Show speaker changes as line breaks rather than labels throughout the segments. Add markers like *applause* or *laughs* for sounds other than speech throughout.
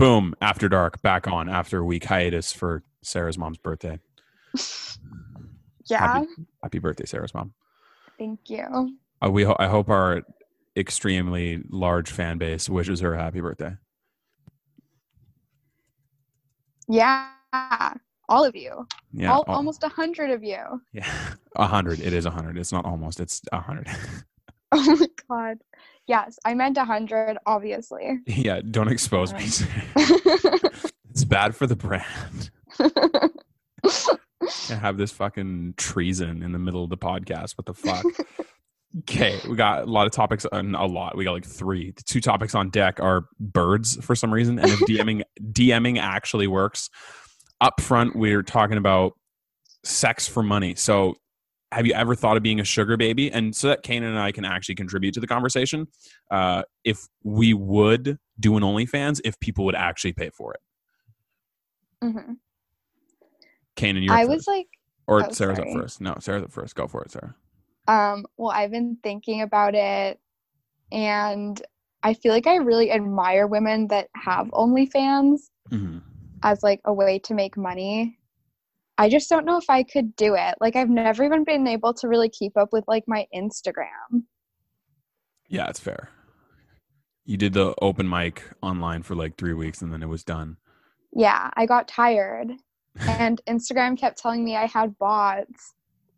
After Dark back on after a week hiatus for Sarah's mom's birthday.
Yeah.
Happy, happy birthday, Sarah's mom.
Thank you.
Uh, we ho- I hope our extremely large fan base wishes her a happy birthday.
Yeah. All of you.
Yeah,
All,
al-
almost a hundred of you.
*laughs*
*laughs*
yeah, a hundred. It is a hundred. It's not almost. It's a hundred. *laughs*
Oh my god. Yes, I meant a hundred, obviously. *laughs*
yeah, don't expose me. *laughs* it's bad for the brand. to have this fucking treason in the middle of the podcast. What the
*laughs*
fuck? okay, we got a lot of topics on a lot. We got like three. The two topics on deck are birds for some reason,
*laughs*
and if DMing DMing actually works. Up front, we we're talking about sex for money. So, have you ever thought of being a sugar baby? And so that Kanan and I can actually contribute to the conversation. Uh, if we would do an OnlyFans, if people would actually pay for it.
Mhm.
Kanan, you're up
I
first.
was like,
Or
Oh,
Sarah's up
sorry.
first. No, Sarah's up first. Go for it, Sarah.
um, well, I've been thinking about it and I feel like I really admire women that have OnlyFans
Mm-hmm.
as like a way to make money. I just don't know if I could do it. Like I've never even been able to really keep up with like my Instagram.
Yeah, it's fair. You did the open mic online for like three weeks and then it was done.
Yeah, I got tired and Instagram kept telling me I had bots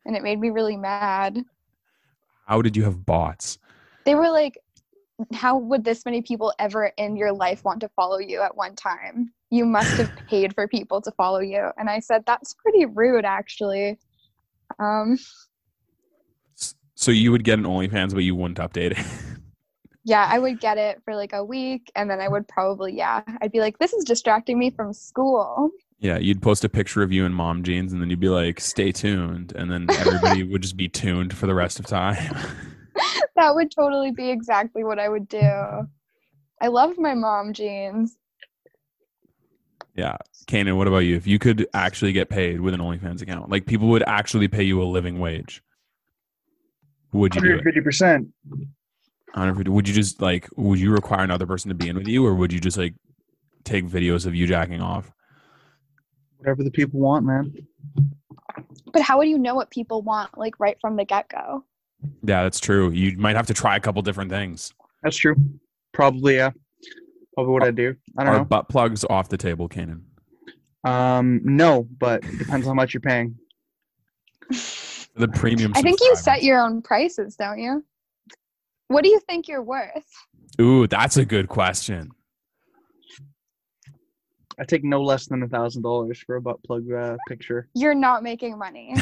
and it made me really mad.
How did you have bots?
They were like how would this many people ever in your life want to follow you at one time? You must have paid for people to follow you. And I said that's pretty rude actually. Um
S- So you would get an OnlyFans, but you wouldn't update it. *laughs*
yeah, I would get it for like a week and then I would probably, yeah, I'd be like, this is distracting me from school. *laughs*
yeah, you'd post a picture of you in mom jeans and then you'd be like, stay tuned. And then everybody would just be tuned for the rest of time.
that would totally be exactly what I would do. I love my mom jeans.
yeah. Kanan, what about you? If you could actually get paid with an OnlyFans account, like people would actually pay you a living wage, would you do it?
150%.
I don't know if you- would you just like would you require another person to be in with you or would you just like take videos of you jacking off?
Whatever the people want, man.
But how would you know what people want, like right from the get go?
Yeah, that's true. You might have to try a couple different things.
That's true. Probably, yeah. Probably what I do. I
Are
don't
butt plugs off the table, Kanan?
know. Um, no, but depends how much you're paying.
The premium.
I think you set
subscribers.
your own prices, don't you? What do you think you're worth?
Ooh, that's a good question.
I take no less than a thousand dollars for a butt plug uh, picture.
You're not making
*laughs*
money.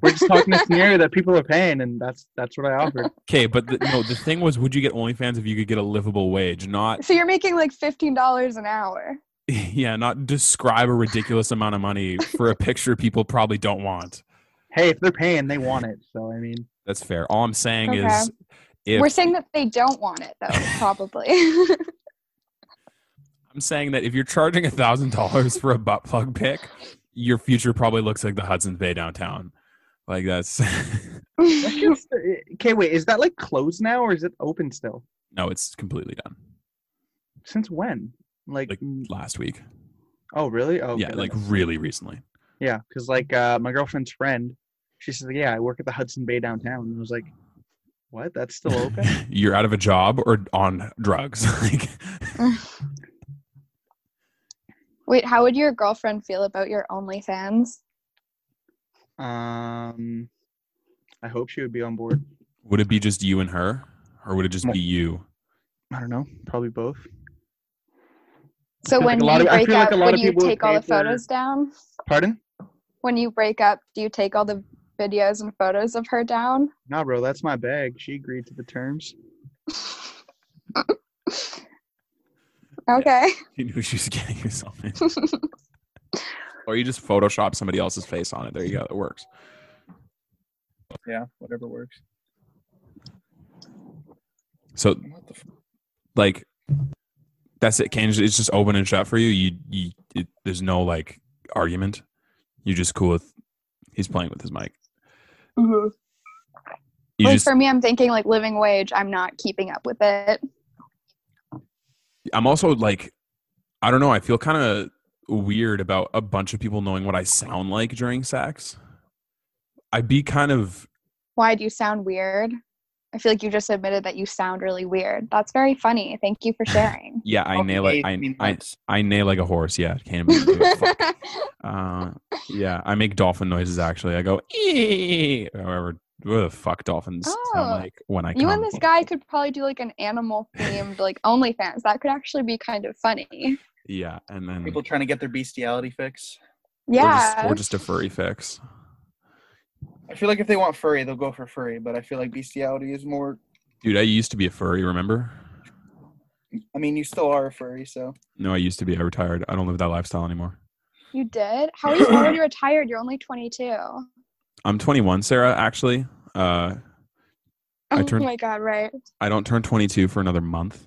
We're just talking a scenario that people are paying, and that's that's what I offer.
Okay, but the, no, the thing was, would you get OnlyFans if you could get a livable wage? Not
so you're making like $15 an hour.
*laughs* yeah, not describe a ridiculous amount of money for
*laughs*
a picture people probably don't want.
Hey, if they're paying, they want it. So I mean,
That's fair. All I'm saying is, if
We're saying that they don't want it
*laughs*
though, probably.
I'm saying that if you're charging a thousand dollars for a butt plug pick, your future probably looks like the Hudson's Bay downtown. Like that's *laughs*
that shit's- okay. Wait, is that like closed now, or is it open still?
no, it's completely done.
Since when? Like,
Like-
mm,
Last week,
oh really? Oh
yeah,
okay,
like
then-
really recently. *laughs*
yeah, because like uh, my girlfriend's friend, she says, yeah, I work at the Hudson Bay downtown, and I was like, what? That's still *laughs* open?
you're out of a job or on drugs. *laughs* like
*laughs* Wait, how would your girlfriend feel about your OnlyFans?
um, I hope she would be on board.
would it be just you and her, or would it just be you?
I don't know, probably both.
So
feel like
when
a lot
you
of- I
break
feel like
up,
a lot
when
of
you
people would
take all
pay
the
for-
photos down,
Pardon?
when you break up, do you take all the videos and photos of her down? *laughs*
Nah, bro, that's my bag. She agreed to the terms.
Okay.
*laughs* You knew she was getting yourself in. or you just Photoshop somebody else's face on it. There you go. It works.
Yeah, whatever works.
So like that's it can it's just open and shut for you you, you it, there's no like argument you're just cool with he's playing with his mic
Mm-hmm.
you
Like
just
for me, I'm thinking like living wage. I'm not keeping up with it.
i'm also like I don't know. I feel kind of weird about a bunch of people knowing what I sound like during sex. I'd be kind of
Why do you sound weird? I feel like you just admitted that you sound really weird. That's very funny. Thank you
*laughs*
for sharing.
yeah. I
Okay,
nail like I,
mean,
I
that's-
I nail like a horse. Yeah, can't even.
*laughs*
do it. Fuck. Uh, yeah, I make dolphin noises. Actually, I go "Ee," however. What the fuck dolphins sound
Oh,
like when I
you
come.
and this guy could probably do like an
*laughs*
animal themed like OnlyFans. That could actually be kind of funny.
Yeah, and then
People trying to get their bestiality fix.
or
Yeah.
just, or just a furry fix.
I feel like if they want furry, they'll go for furry, but I feel like bestiality is more.
Dude, I used to be a furry, remember?
I mean, you still are a furry, so.
No, I used to be. I retired. I don't live that lifestyle anymore.
you did?
*clears throat*
How are you already retired? You're only 22. Oh
I'm 21, Sarah, actually. Uh, I turned-
Oh my God, right.
I don't turn 22 for another month.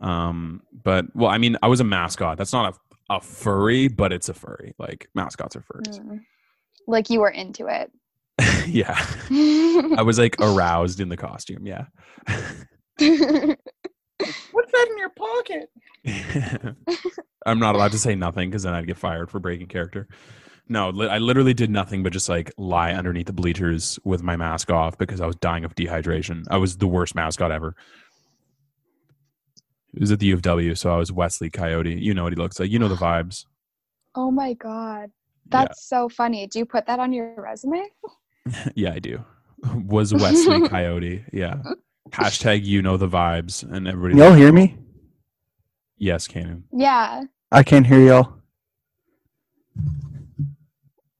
Um, but, well, I mean, I was a mascot. That's not a, a furry, but it's a furry. Like, mascots are furries.
Mm. Like you were into it. *laughs* Mm.
yeah. *laughs* I was like aroused in the costume. Yeah.
What's that in your pocket?
*laughs* I'm not allowed to say nothing because then I'd get fired for breaking character. No, li- I literally did nothing but just like lie underneath the bleachers with my mask off because I was dying of dehydration. I was the worst mascot ever. It was at the U of W, so I was Wesley Coyote. You know what he looks like. You know the vibes.
oh my God. That's so funny. Do you put that on your resume?
Yeah, I do. *laughs* Was Wesley Coyote. Yeah. Hashtag you know the vibes and everybody.
Y'all hear me?
Yes, Canon.
Yeah.
I can't hear y'all.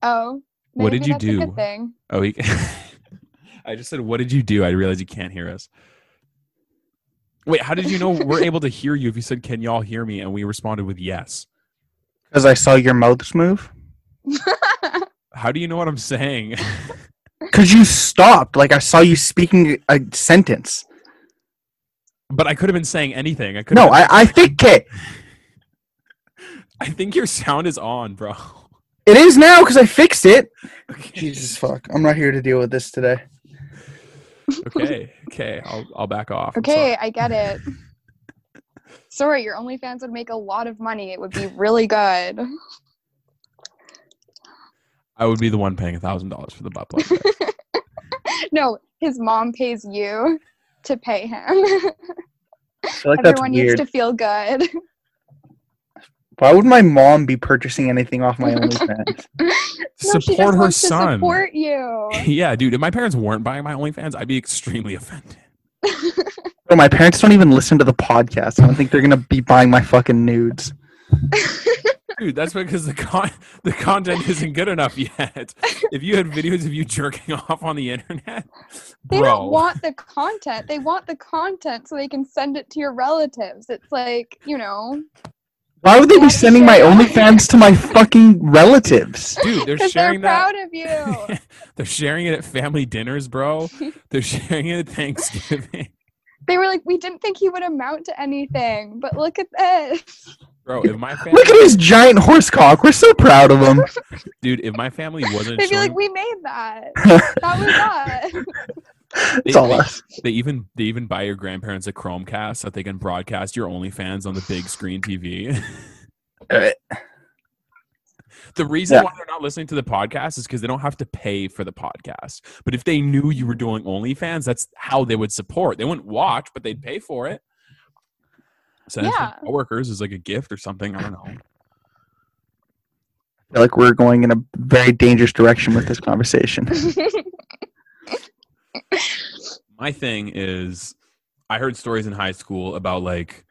Oh.
What did
maybe
you
that's a
do?
good thing.
Oh, he. *laughs* I just said, "What did you do?" I realized you can't hear us. Wait, how did you know we're able to hear you if you said, "Can y'all hear me?" and we responded with yes?
Because I saw your mouths move.
How do you know what I'm saying? *laughs*
Because you stopped. Like I saw you speaking a sentence.
but I could have been saying anything. I could.
No, I, I think it.
I think your sound is on, bro. *laughs*
It is now because I fixed it.
Jesus fuck. I'm not here to deal with this today.
Okay, okay, I'll I'll back off. I'm
Okay,
sorry.
I
*laughs*
get it. Sorry, your OnlyFans would make a lot of money. It would be really good. *laughs*
I would be the one paying a thousand dollars for the butt
*laughs*
plug.
no, his mom pays you to pay him. *laughs*
I feel like
Everyone
that's
needs
weird.
to feel good. *laughs*
Why would my mom be purchasing anything off my OnlyFans?
No, she just
support her
wants to
son. *laughs*
support you.
yeah, dude. If my parents weren't buying my OnlyFans, I'd be extremely *laughs* offended.
Bro, my parents don't even listen to the podcast. I don't think they're gonna be buying my fucking nudes.
Dude, that's because the con- *laughs* the content isn't good enough yet. If you had videos of you jerking *laughs* off on the internet,
*laughs* They
bro,
don't want the content. They want the content so they can send it to your relatives. It's like, you know,
Why would they
Yeah,
be sending my
sure.
OnlyFans to my fucking relatives?
dude,
*laughs*
they're
because they're
sharing
proud of
that. *laughs*
you.
they're sharing it at family dinners,
*laughs*
bro. They're sharing it at Thanksgiving, *laughs*
they were like, we didn't think he would amount to anything, but look at this.
bro. If my family,
Look at his giant horse cock. We're so proud of him.
dude, if my family wasn't
They'd be
showing,
like, we made
*laughs*
that. That was us.
It's all us.
they even they even buy your grandparents a Chromecast so that they can broadcast your OnlyFans on the big screen
*laughs*
TV.
Alright.
The reason
Yeah.
why they're not listening to the podcast is because they don't have to pay for the podcast. But if they knew you were doing OnlyFans, that's how they would support. They wouldn't watch, but they'd pay for it. Send
Yeah.
it to coworkers as like a gift or something. I don't know.
I feel like we're going in a very dangerous direction with this conversation.
*laughs* my thing is I heard stories in high school about like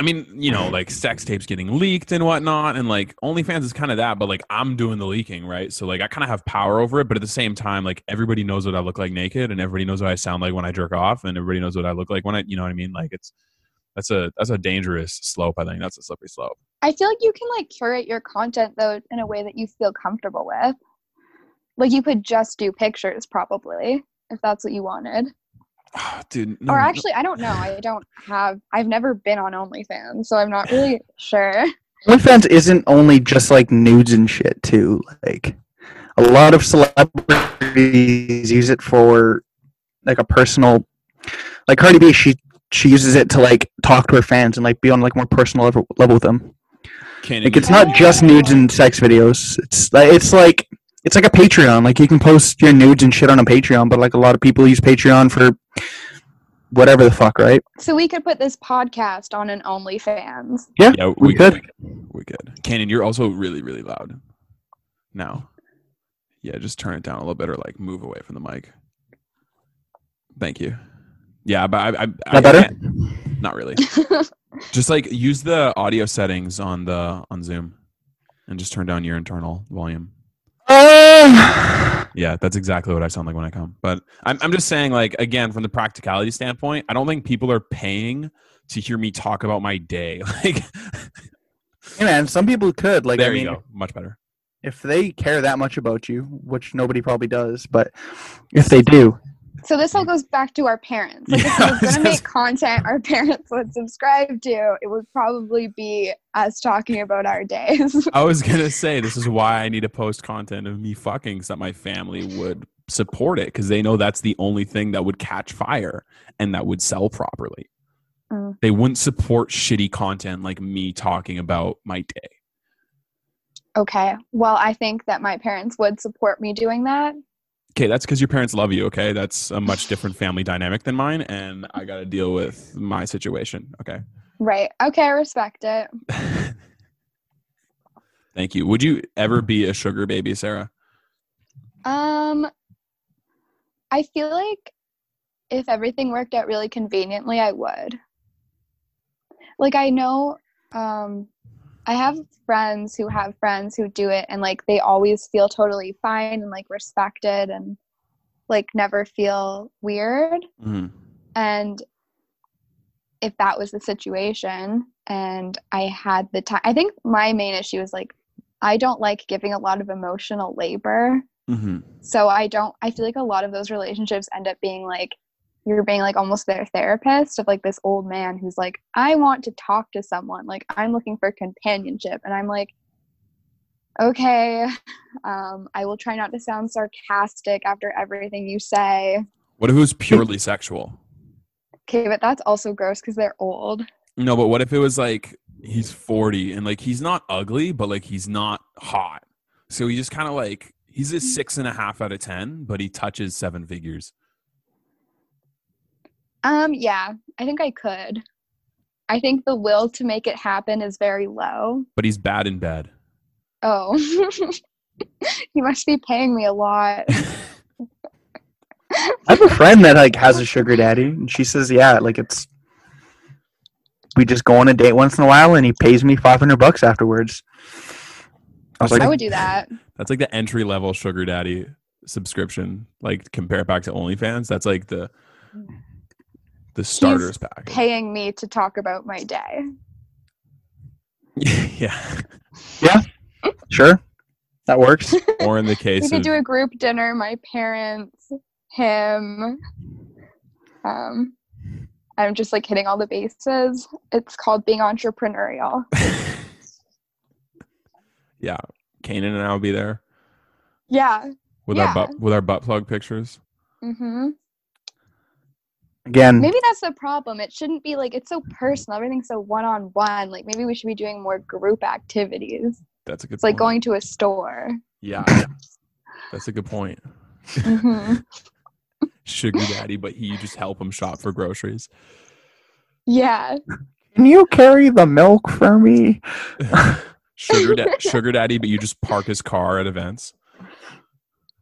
I mean, you know, like sex tapes getting leaked and whatnot, and like OnlyFans is kind of that, but like I'm doing the leaking, right? So like I kind of have power over it, but at the same time, like everybody knows what I look like naked, and everybody knows what I sound like when I jerk off, and everybody knows what I look like when I, you know what I mean? Like it's that's a that's a dangerous slope. I think that's a slippery slope. *sighs*
I feel like you can like curate your content though in a way that you feel comfortable with. Like you could just do pictures probably if that's what you wanted.
dude, no,
or
no.
actually, I don't know. I don't have. I've never been on OnlyFans, so I'm not really sure.
OnlyFans isn't only just like nudes and shit too. Like a lot of celebrities use it for like a personal like Cardi B she she uses it to like talk to her fans and like be on like more personal level, level with them.
Can
Like it's not just nudes and sex videos. It's like it's like it's like a Patreon. Like you can post your nudes and shit on a Patreon, but like a lot of people use Patreon for whatever the fuck, right?
So we could put this podcast on an OnlyFans. *laughs*
Yeah,
we
we good. We good. Cannon, you're also really, really loud. Now, yeah, just turn it down a little bit or like move away from the mic. Thank you. Yeah, but I, I, I
That better?
can't- Not really. just like use the audio settings on the on Zoom, and just turn down your internal volume.
Uh,
Yeah, that's exactly what I sound like when I come. But I'm, I'm just saying, like, again, from the practicality standpoint, I don't think people are paying to hear me talk about my day. *laughs* Like,
hey man, some people could like.
there
I mean,
you go. Much better.
If they care that much about you, which nobody probably does, but if they do,
So this all goes back to our parents. Like
Yeah, *laughs*
if we were
just-
gonna make content our *laughs* parents would subscribe to, it would probably be us talking about our days.
I was going to say, this is why I need to post content of me fucking so that my family would support it because they know that's the only thing that would catch fire and that would sell properly.
Mm.
They wouldn't support shitty content like me talking about my day.
okay. Well, I think that my parents would support me doing that.
Okay, that's because your parents love you. Okay, that's a much different family dynamic than mine, and I got to deal with my situation. Okay, *laughs*
Right. Okay, I respect it.
thank you. Would you ever be a sugar baby, Sarah?
Um I feel like if everything worked out really conveniently, I would. Like I know um I have friends who have friends who do it and like they always feel totally fine and like respected and like never feel weird
Mm-hmm.
and if that was the situation and I had the time I think my main issue is like I don't like giving a lot of emotional labor
Mm-hmm.
so i don't i feel like a lot of those relationships end up being like you're being like almost their therapist of like this old man who's like i want to talk to someone like i'm looking for companionship and i'm like okay um, i will try not to sound sarcastic after everything you say
What if it was purely sexual?
okay but that's also gross because they're old
No, but what if it was like he's forty and like he's not ugly, but like he's not hot, so he just kind of like he's
Mm.
a six and a half out of ten, but he touches seven figures.
um yeah i think i could i think the will to make it happen is very low
But he's bad in
*laughs*
bed.
oh *laughs* you must be paying me a lot
I have a friend that like has a sugar daddy, and she says, "Yeah, like it's." We just go on a date once in a while, and he pays me five hundred bucks afterwards. I was like,
i would do that
That's like the entry level sugar daddy subscription. Like compare it back to OnlyFans. That's like the the starters pack.
paying me to talk about my day.
*laughs* yeah.
Sure.
*laughs*
That works.
Or in the
We
case
could
of
do a group dinner, my parents, him. Um, I'm just like hitting all the bases. It's called being entrepreneurial.
yeah, Kanan and I will be there
Yeah.
with our
Yeah.
butt with our butt plug pictures.
hmm
Again, Mm.
Maybe that's the problem. It shouldn't be like it's so personal. Everything's so one on one. Like maybe we should be doing more group activities.
That's a good.
It's like
point.
going to a store. *coughs*
Yeah, that's a good point.
hmm
Sugar daddy, but he you just help him shop for groceries.
Yeah.
can you carry the milk for me? *laughs*
Sugar, da- sugar daddy, but you just park his car at events.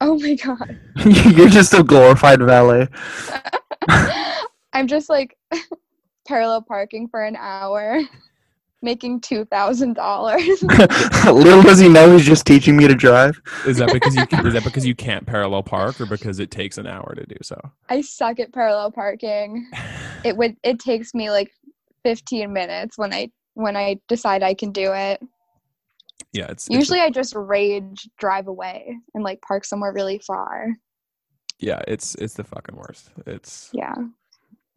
Oh my god. *laughs*
You're just a glorified valet. *laughs*
I'm just like *laughs* parallel parking for an hour, *laughs* making two thousand dollars. *laughs*
Little does he know he's just teaching me to drive.
Is that because you is that because you can't parallel park or because it takes an hour to do so?
I suck at parallel parking. It would it takes me like fifteen minutes when I when I decide I can do it.
Yeah, it's it's-
Usually I just rage drive away and like park somewhere really far.
yeah, it's it's the fucking worst. It's
Yeah.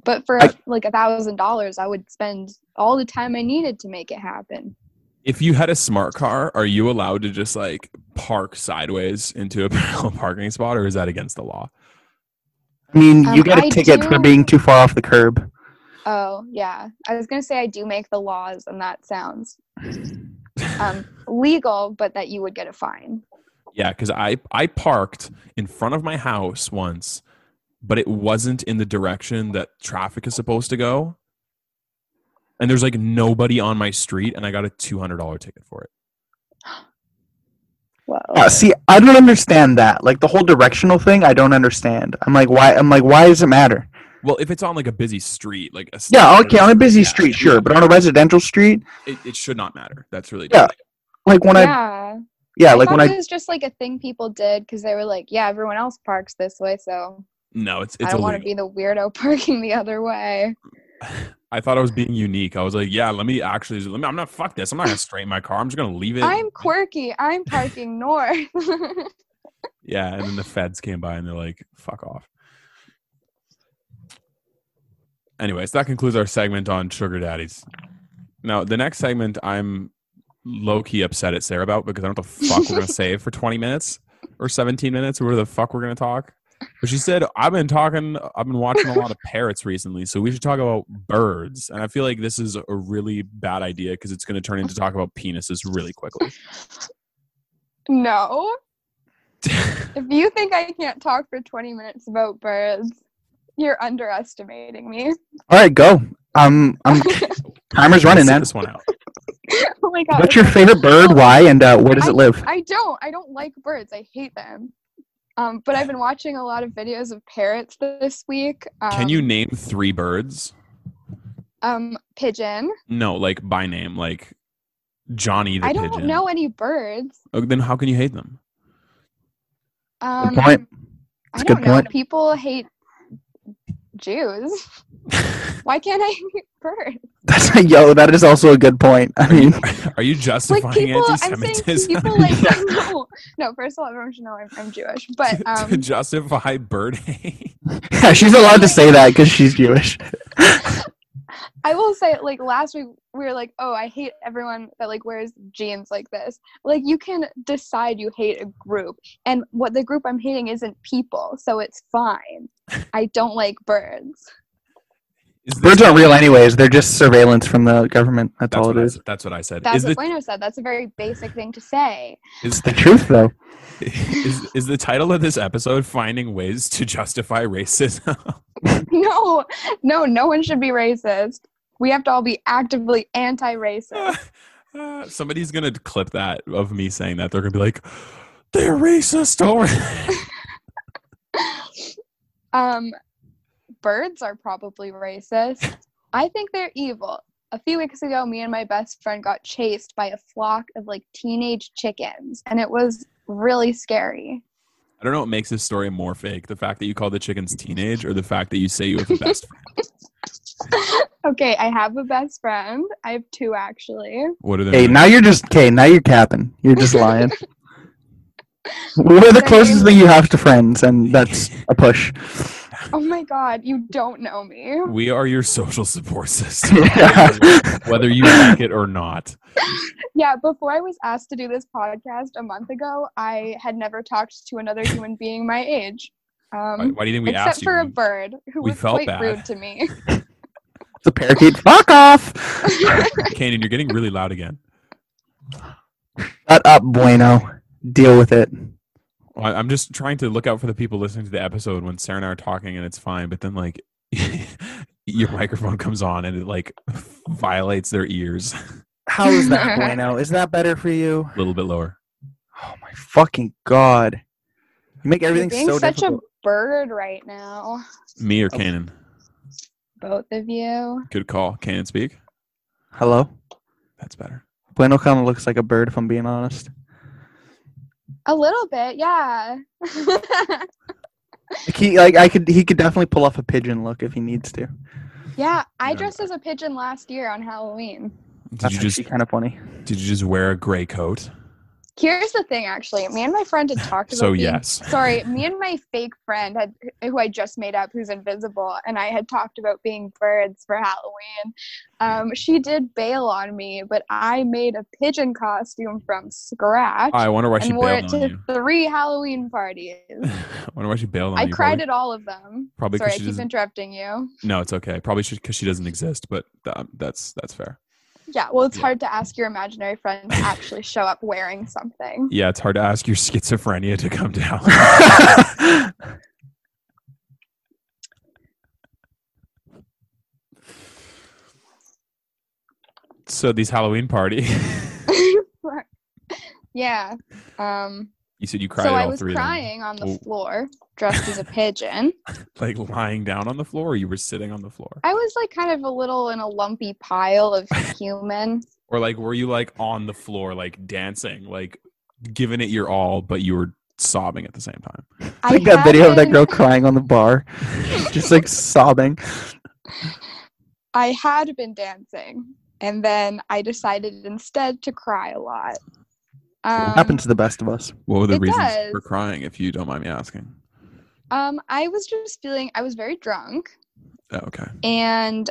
But for
I-
like a thousand dollars I would spend all the time I needed to make it happen.
if you had a smart car, are you allowed to just like park sideways into a *laughs* parallel parking spot, or is that against the law?
I mean,
Um,
you get a
I
ticket for
do-
being too far off the curb.
Oh yeah. I was gonna say I do make the laws and that sounds
*laughs*
um, legal, but that you would get a fine.
Yeah, because I I parked in front of my house once, but it wasn't in the direction that traffic is supposed to go. And there's like nobody on my street, and I got a two hundred dollar ticket for it.
Whoa.
Yeah, Uh, see, I don't understand that. Like the whole directional thing, I don't understand. I'm like, why? I'm like, why does it matter?
Well, if it's on like a busy street, like a
Yeah, okay, on a busy
Yeah.
street, sure, but on a residential street,
it, it should not matter. That's really
Yeah. like when I,
yeah.
yeah, like
I
when
thought
I,
it was just like a thing people did because they were like, yeah, everyone else parks this way, so
No, it's
I
it's
don't want
illegal.
to be the weirdo *laughs* parking the other way.
I thought I was being unique. I was like, yeah, let me actually. Let me. I'm not fuck this. I'm not gonna straighten my car. I'm just gonna leave it.
I'm quirky. I'm parking north. *laughs*
yeah, and then the feds came by and they're like, fuck off. Anyways, that concludes our segment on sugar daddies. Now, the next segment, I'm low key upset at Sarah about because I don't know what the fuck we're gonna save for 20 minutes or 17 minutes or where the fuck we're gonna talk. But she said, I've been talking, I've been watching a
*laughs*
lot of parrots recently, so we should talk about birds. And I feel like this is a really bad idea because it's gonna turn into talk about penises really quickly. *laughs*
no. If you think I can't talk for 20 minutes about birds, you're underestimating me. *laughs*
all right, go. Um, I'm timer's running,
Sit
man.
this one out.
oh my god.
What's your favorite bird? Why and uh, where does it live? *laughs*
I don't. I don't like birds. I hate them. Um, but I've been watching a lot of videos of parrots this week. Um,
Can you name three birds?
Um, pigeon.
No, like by name, like Johnny the
I don't
pigeon.
know any birds.
Oh, then how can you hate them?
Um,
point.
I
That's a good
don't know.
point.
People hate
*laughs*
Jews. Why can't I *laughs* hate birds?
That's yo. That is also a good point. I mean, *laughs*
Are you
Like
justifying
people, I'm
*laughs*
saying *laughs*
anti-Semitism?
people like no, no. First of all, everyone should know I'm, I'm Jewish,
*laughs*
but
to
um,
justify bird hate?
yeah, she's allowed to say that because she's Jewish.
I will say, like last week, we were like, "Oh, I hate everyone that like wears jeans like this." Like, you can decide you hate a group, and what the group I'm hating isn't people, so it's
*laughs*
fine. I don't like birds.
Is this-
Birds aren't real, anyways. They're just surveillance from the government. That's,
That's
all
what,
it
I,
is.
said- that's what I said.
That's
Is *laughs*
what
the,
Bueno said. That's a very basic thing to say. *laughs*
is,
The truth, though.
is, is the title of this episode finding ways to justify racism? *laughs*
No, no, no one should be racist. We have to all be actively anti-racist.
Uh, somebody's gonna clip that of me saying that. They're gonna be like, "They're racist." Over
um, birds are probably racist. I think they're evil. A few weeks ago, me and my best friend got chased by a flock of like teenage chickens, and it was really scary.
*laughs*
*laughs*
I don't know what makes this story more fake: the fact that you call the chickens teenage, or the fact that you say you have the best
*laughs*
friend.
Okay, I have a best friend. I have two actually.
What are they?
Hey, now you're just okay. Now you're capping. You're just lying. We're the closest thing you have to friends,
*laughs*
and that's a push. *laughs*
Oh my god, you don't know me.
We are your social support
*laughs*
system,
Yeah.
whether you like it or not.
Yeah, before I was asked to do this podcast a month ago, I had never talked to another human being my age.
Why,
Um,
why do you think we
except
asked
for a
you?
bird who
we
was
felt
quite
bad.
rude to me.
*laughs*
It's a parakeet. Fuck off.
Kanan, you're getting really loud again.
*laughs*
Shut up, Bueno. Deal with it.
I- I'm just trying to look out for the people listening to the episode when Sarah and I are talking, and it's fine. But then, like, *laughs* your microphone comes on and it like violates their ears.
How is
*laughs*
that, Bueno? Is that better for you?
A little bit lower.
Oh my fucking god! You make
You're
everything
being
so
such
difficult.
a bird right now,
Me
Oh.
or Kanan?
both of you.
Good call. Kanan, speak.
Hello,
That's better.
Bueno kind of looks like a bird, if I'm being honest.
A little bit, yeah. *laughs*
Like he, like I could, he could definitely pull off a pigeon look if he needs to.
yeah, I
Yeah.
dressed as a pigeon last year on Halloween.
Did
That's
you just
kind
*laughs*
of funny.
did you just wear a gray coat?
Here's the thing, actually. Me and my friend had talked about
So
being
yes.
Sorry, me and my fake friend had, who I just made up, who's invisible, and I had talked about being birds for Halloween. Um, she did bail on me, but I made a pigeon costume from scratch
I wonder why she
and wore it
bailed
to
on you. *laughs*
three Halloween parties.
I wonder why she bailed on
I
you.
cried
Probably-
at all of them.
probably 'cause
Sorry, I
she
keep
doesn't-
interrupting you.
No, it's okay. Probably because she doesn't exist, but um, that's that's fair.
Yeah, well, it's
Yeah.
hard to ask your imaginary friend to actually show up
*laughs*
wearing something.
Yeah, it's hard to ask your schizophrenia to come down. *laughs* so these Halloween party, *laughs*
yeah. Um,
you said you cried
so
at all
I was
three
crying on
Oh.
the floor, dressed as a pigeon.
of them. Like lying down on the floor, or you were sitting on the floor,
I was like kind of a little in a lumpy pile of human.
or like were you like on the floor, like dancing, like giving it your all, but you were sobbing at the same time.
I think that video of that
haven't-
girl crying on the bar,
*laughs*
just like sobbing.
I had been dancing, and then I decided instead to cry a lot. Um,
Happens to the best of us.
What were the
It
reasons
does.
for crying, if you don't mind me asking?
Um, I was just feeling. I was very drunk,
Oh, okay.
and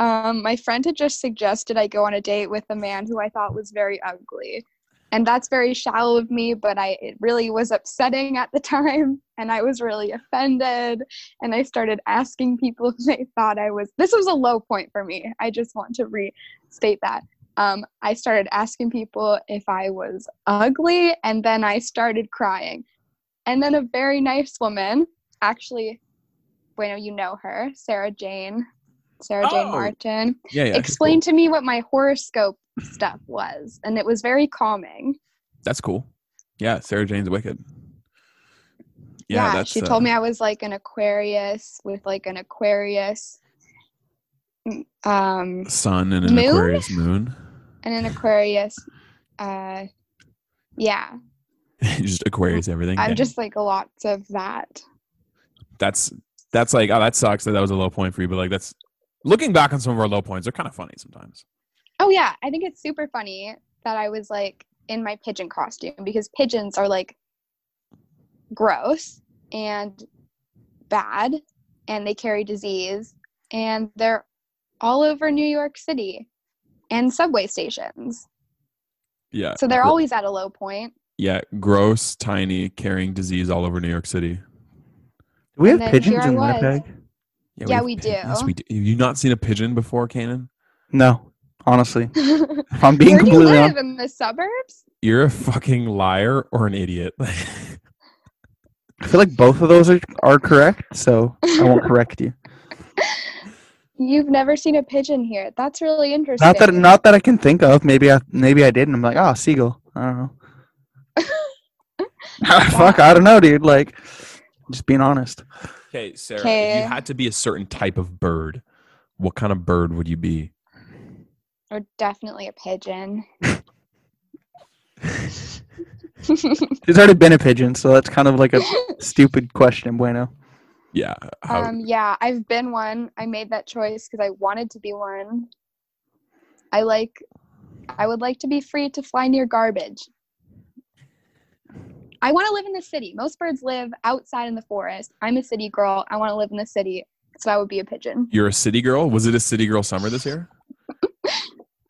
um, my friend had just suggested I go on a date with a man who I thought was very ugly, and that's very shallow of me. But I it really was upsetting at the *laughs* time, and I was really offended, and I started asking people *laughs* if they thought I was. This was a low point for me. I just want to restate that. Um, I started asking people if I was ugly, and then I started crying. And then a very nice woman, actually, bueno, you know her, Sarah Jane, Sarah Jane
Oh.
Martin,
Yeah, yeah.
explained to me what my horoscope stuff was, and it was very calming.
That's cool. Yeah, Sarah Jane's wicked. Yeah,
Yeah,
that's,
she
uh,
told me I was like an Aquarius with like an Aquarius, mm, um,
Sun and an
Moon?
Aquarius moon.
and an Aquarius, uh, yeah.
*laughs* just Aquarius everything.
Mm-hmm. I'm
Dang.
just like lots of that.
that's that's like oh that sucks that that was a low point for you, but like that's looking back on some of our low points, they're kind of funny sometimes.
Oh yeah, I think it's super funny that I was like in my pigeon costume because pigeons are like gross and bad and they carry disease and they're all over New York City and subway stations.
Yeah,
So
Uh,
they're
gro-
always at a low point. *laughs*
yeah gross, tiny, carrying disease all over New York City.
Do we have
And then
pigeons
here
in
I was.
Winnipeg?
Yeah,
we've-
we
Yes,
do.
we do. Have you not seen a pigeon before, Kanan?
No, honestly,
Where
if I'm
do
being
you
completely
live
honest,
in the suburbs?
You're a fucking liar or an idiot. *laughs*
I feel like both of those are are correct. So
*laughs*
I won't correct you.
You've never seen a pigeon here. That's really interesting.
Not that not that I can think of. Maybe I maybe I did, and I'm like, ah, seagull. I don't
*laughs*
know. *laughs* Fuck, I don't know, dude. Like, just being honest.
Okay, Sarah, if
Okay.
you had to be a certain type of bird, what kind of bird would you be?
or definitely a
*laughs*
pigeon. *laughs*
There's already been a pigeon, so that's kind of
*laughs*
like a stupid question, Bueno.
Yeah. How,
Um, yeah, I've been one. I made that choice because I wanted to be one. I like, I would like to be free to fly near garbage. I want to live in the city. Most birds live outside in the forest. I'm a city girl. I want to live in the city, so I would be a pigeon.
you're a city girl? Was it a city girl summer this year?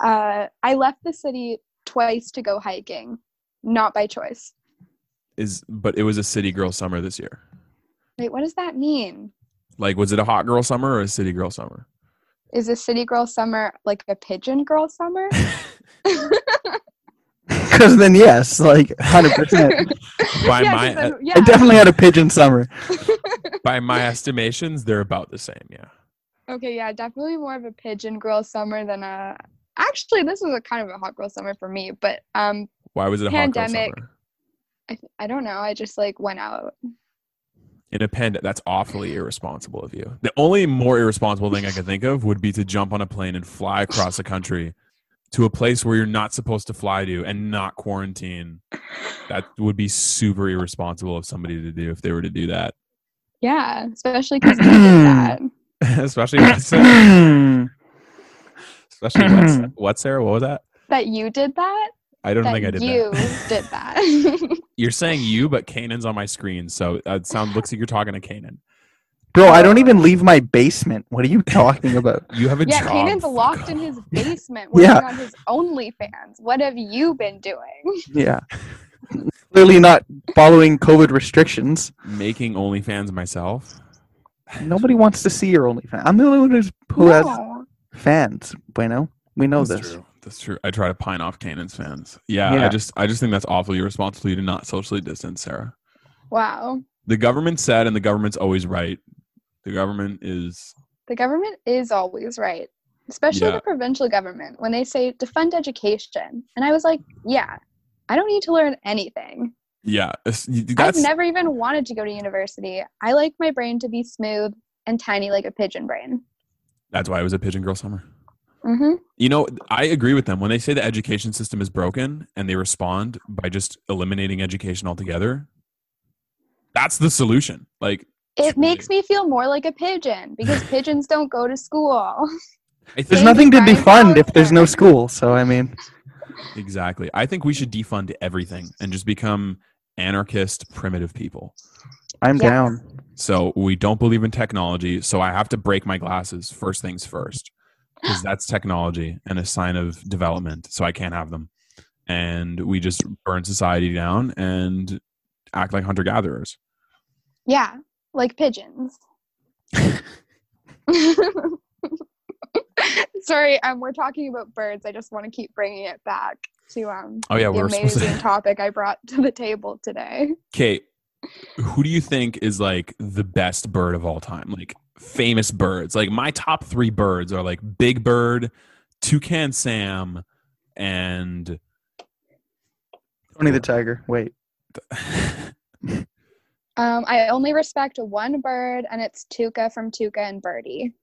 Uh, I left the city twice to go hiking, not by choice.
Is but it was a city girl summer this year.
Wait, what does that mean?
Like was it a hot girl summer or a city girl
*laughs*
summer?
Is a city girl summer like a pigeon girl summer?
Because then, yes, like, hundred
*laughs*
percent.
*laughs* By
Yeah, 'cause
my uh,
I'm- yeah.
I definitely had a pigeon summer.
by my estimations, they're about the same, yeah.
Okay, yeah, definitely more of a pigeon girl summer than a. Actually, this was a kind of a hot girl summer for me, but um,
Why was it a hot
Pandemic.
girl summer?
I, I don't know. I just like went out.
In a pandemic, that's awfully irresponsible of you. The only more irresponsible thing I could think of would be to jump on a plane and fly across the country to a place where you're not supposed to fly to and not quarantine. That would be super irresponsible of somebody to do if they were to do that. *laughs*
Yeah, especially because I did
*clears throat*
that.
especially what, Sarah,
*laughs*
I
especially what, what Sarah? What was that?
That you did that.
I don't
that
think I did
you
that. *laughs*
*laughs* did that.
You're saying you, but Kanan's on my screen, so that sound looks like you're talking to Kanan.
*clears throat* Bro, I don't even leave my basement. What are you talking about?
You have a
yeah,
job.
Kanan's
fuck
locked
off.
in his
*laughs*
basement working
Yeah.
on his OnlyFans. What have you been doing?
Yeah. Clearly not following COVID restrictions.
making OnlyFans myself.
Nobody wants to see your OnlyFans. I'm the only one who's, who has
No.
fans, Bueno. We know
That's
this.
true. That's true. I try to pine off Canaan's fans. Yeah, I
Yeah.
just I just think that's awfully irresponsible of you to not socially distance, Sarah.
Wow.
The government said, and the government's always right. The government is
The government is always right, especially
Yeah.
the provincial government when they say defend education. And I was like, yeah, I don't need to learn anything.
yeah. it's- you- That's
I've never even wanted to go to university. I like my brain to be smooth and tiny like a pigeon brain.
that's why it was a pigeon girl summer.
hmm
You know, I agree with them when they say the education system is broken and they respond by just eliminating education altogether. That's the solution. Like
It makes me feel more like a pigeon
*laughs*
because pigeons don't go to school. *laughs*
I
There's
think
Thank
nothing
you,
to be
Brian
fun if there's no
Pallister.
school. So I mean,
exactly. I think we should defund everything and just become anarchist primitive people.
I'm
Yes.
down.
So we don't believe in technology. So I have to break my glasses first things first because that's technology and a sign of development. So I can't have them. And we just burn society down and act like hunter gatherers.
Yeah, like pigeons. *laughs* Sorry, um, we're talking about birds. I just want to keep bringing it back to um,
Oh, yeah.
the
We're supposed *laughs*
amazing
to.
topic I brought to the table today.
Kate, who do you think is like the best bird of all time? Like famous birds. Like my top three birds are like Big Bird, Toucan Sam, and *laughs*
Tony the Tiger. Wait,
Um, I only respect one bird, and it's Tuca from Tuca and Birdie.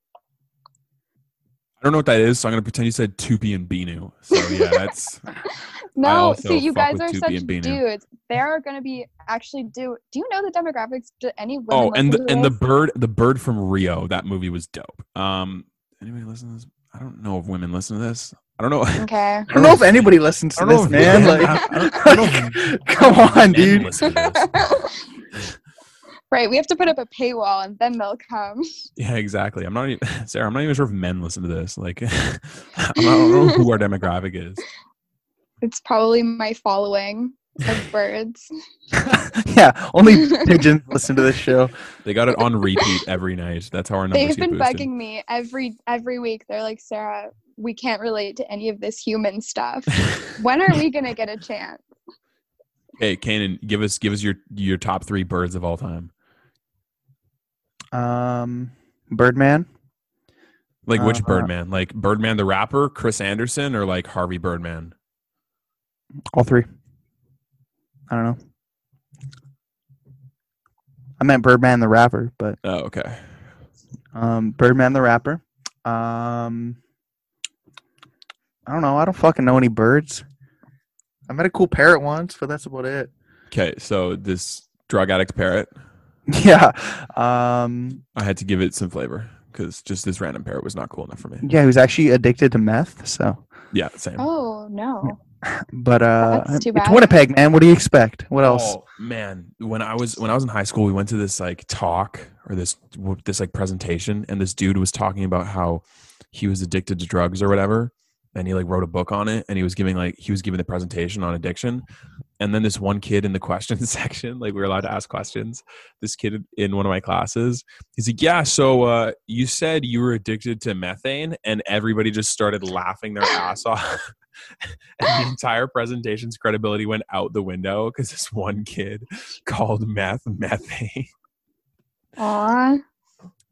I don't know what that is, so I'm gonna pretend you said Tupi and Binu. So yeah, that's
No,
also
see, you
fuck
guys
with
are
Tupi
such
and Beanu.
dudes. There are going to be actually do. Do you know the demographics? Do any women?
oh, and the,
listen to
and the
this?
bird, the bird from Rio. That movie was dope. Um, anybody listen to this? I don't know if women listen to this. I don't know. *laughs* I
okay.
I don't know if anybody listens to
I don't
this,
know if-
man.
I don't- I don't know
*laughs* Like, *laughs* come on,
men
dude.
listen to this.
*laughs* right, we have to put up a paywall, and then they'll come.
Yeah, exactly. I'm not even *laughs* Sarah. I'm not even sure if men listen to this. Like, *laughs* I don't know who our demographic is.
It's probably my following
*laughs*
of birds.
yeah,
*laughs*
only pigeons listen to this show.
They got it on repeat every night. That's how our numbers
They've
get
been
boosted.
bugging me every every week. They're like, Sarah, we can't relate to any of this human stuff. when are we gonna get a chance?
*laughs* hey, Kanan, give us give us your your top three birds of all time.
Um, Birdman.
Like which
Uh,
Birdman? Like Birdman the rapper, Chris Anderson, or like Harvey Birdman?
All three. I don't know. I meant Birdman the rapper, but
Oh, okay.
um, Birdman the rapper. Um, I don't know. I don't fucking know any birds. I met a cool parrot once, but that's about it.
Okay, so this drug addict parrot,
*laughs* Yeah. Um,
I had to give it some flavor because just this random parrot was not cool enough for me.
yeah, he was actually addicted to meth. So,
*laughs* Yeah, same.
Oh
*laughs*
no.
but uh,
That's too
it's
bad.
Winnipeg, man. What do you expect? What else? *laughs*
Oh man, when I was when I was in high school, we went to this like talk or this this like presentation, and this dude was talking about how he was addicted to drugs or whatever, and he like wrote a book on it, and he was giving like he was giving the presentation on addiction, and then this one kid in the *laughs* questions section, like we were allowed to ask questions. This kid in one of my classes, he's like, "Yeah, so uh, you said you were addicted to methane," and everybody just started laughing their *laughs* ass off. and the entire presentation's credibility went out the window because this one kid called meth methane. *laughs*
Aw.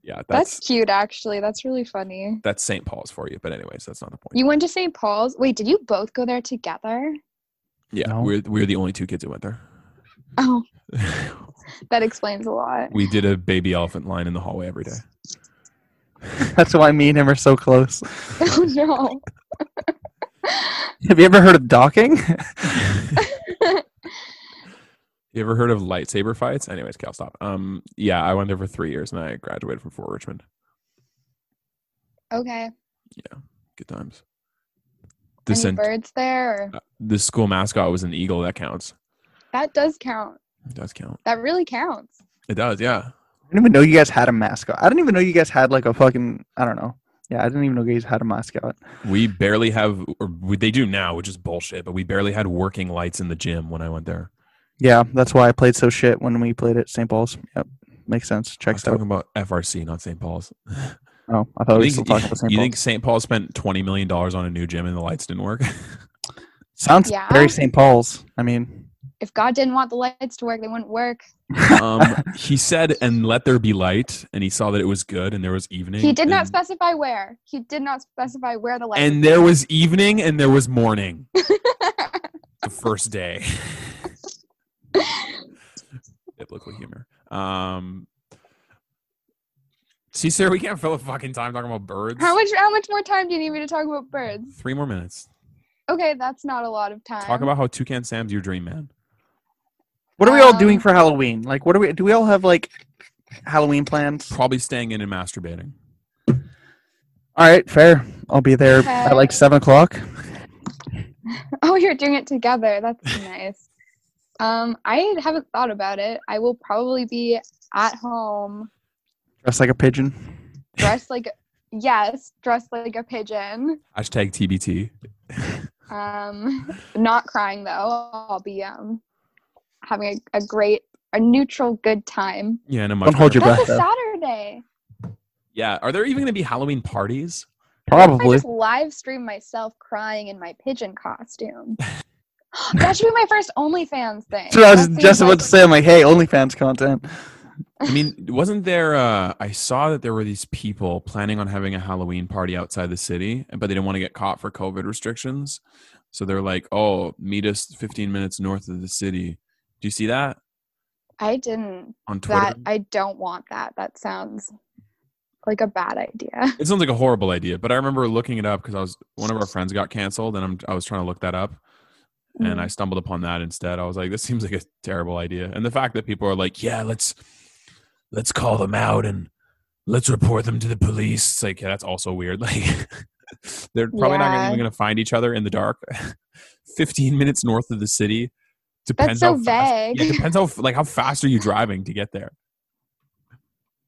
yeah,
That's,
that's
cute actually. That's really funny.
that's St. Paul's for you. But anyways, that's not the point.
You went to St. Paul's. Wait, did you both go there together?
yeah,
No.
we're we're the only two kids who went there. *laughs*
Oh, that explains
*laughs*
a lot. *laughs*
we did a baby elephant line in the hallway every day.
That's why me and him are so close. *laughs*
oh no. *laughs*
Have you ever heard of docking?
You ever heard of lightsaber fights? Anyways, okay, I'll stop. Um, yeah, I went there for three years and I graduated from Fort Richmond.
Okay.
Good times.
Any
This and
birds there? Or...
the school mascot was an eagle. That counts.
That does count.
It does count.
That really counts.
It does. Yeah.
I didn't even know you guys had a mascot. I didn't even know you guys had like a fucking I don't know. Yeah, I didn't even know you guys had a mascot.
We barely have, or we- they do now, which is bullshit, but we barely had working lights in the gym when I went there.
Yeah, that's why I played so shit when we played at St. Paul's. Yep, makes sense.
I was
Checks out.
talking about FRC, not St. Paul's.
Oh, I thought we were
you
still
think,
talking about the same
you
Paul.
think St. Paul spent $20 million on a new gym and the lights didn't
*laughs*
work?
Sounds
Yeah.
very St. Paul's. I mean,
If God didn't want the lights to work, they wouldn't work.
um, he said, and let there be light. And he saw that it was good and there was evening.
He did not
and-
specify where. He did not specify where the lights.
and there was evening and there was
*laughs*
morning the first day biblical humor um see sir we can't fill a fucking time talking about birds
how much? How much more time do you need me to talk about birds?
three more minutes
Okay, that's not a lot of time.
talk about how toucan sam's your dream man
what are we all
Um,
doing for Halloween? Like, what are we? Do we all have like Halloween plans?
probably staying in and masturbating
All right, fair. I'll be there at like
Okay.
seven o'clock.
*laughs* Oh, you're doing it together.
*laughs*
That's nice. Um, I haven't thought about it. I will probably be at home
Dressed like a pigeon.
dressed like yes, dressed like a pigeon.
hashtag tbt
Um, not crying though. I'll be um having a, a great, a neutral, good time.
yeah and a much
Don't hold
better-
your
That's
breath.
a
Though.
Saturday.
yeah are there even gonna be halloween parties
I
Probably.
just live stream myself crying in my pigeon costume. *gasps* that should be my first OnlyFans thing.
That's what I was
That seems
just
like-
about to say. I'm like, hey, OnlyFans content.
i mean wasn't there uh i saw that there were these people planning on having a halloween party outside the city but they didn't want to get caught for covid restrictions so they're like oh meet us 15 minutes north of the city do you see that
I didn't
on twitter
that I don't want that. That sounds like a bad idea.
it sounds like a horrible idea but i remember looking it up because i was one of our friends got canceled and I'm, i was trying to look that up and
Mm.
i stumbled upon that instead i was like this seems like a terrible idea and the fact that people are like yeah let's let's call them out and let's report them to the police it's like yeah, that's also weird *laughs* like they're probably not gonna-
Yeah.
even going to find each other in the dark *laughs* 15 minutes north of the city
That's
depends
so
how fast,
vague.
yeah, depends
*laughs*
how like how fast are you driving to get there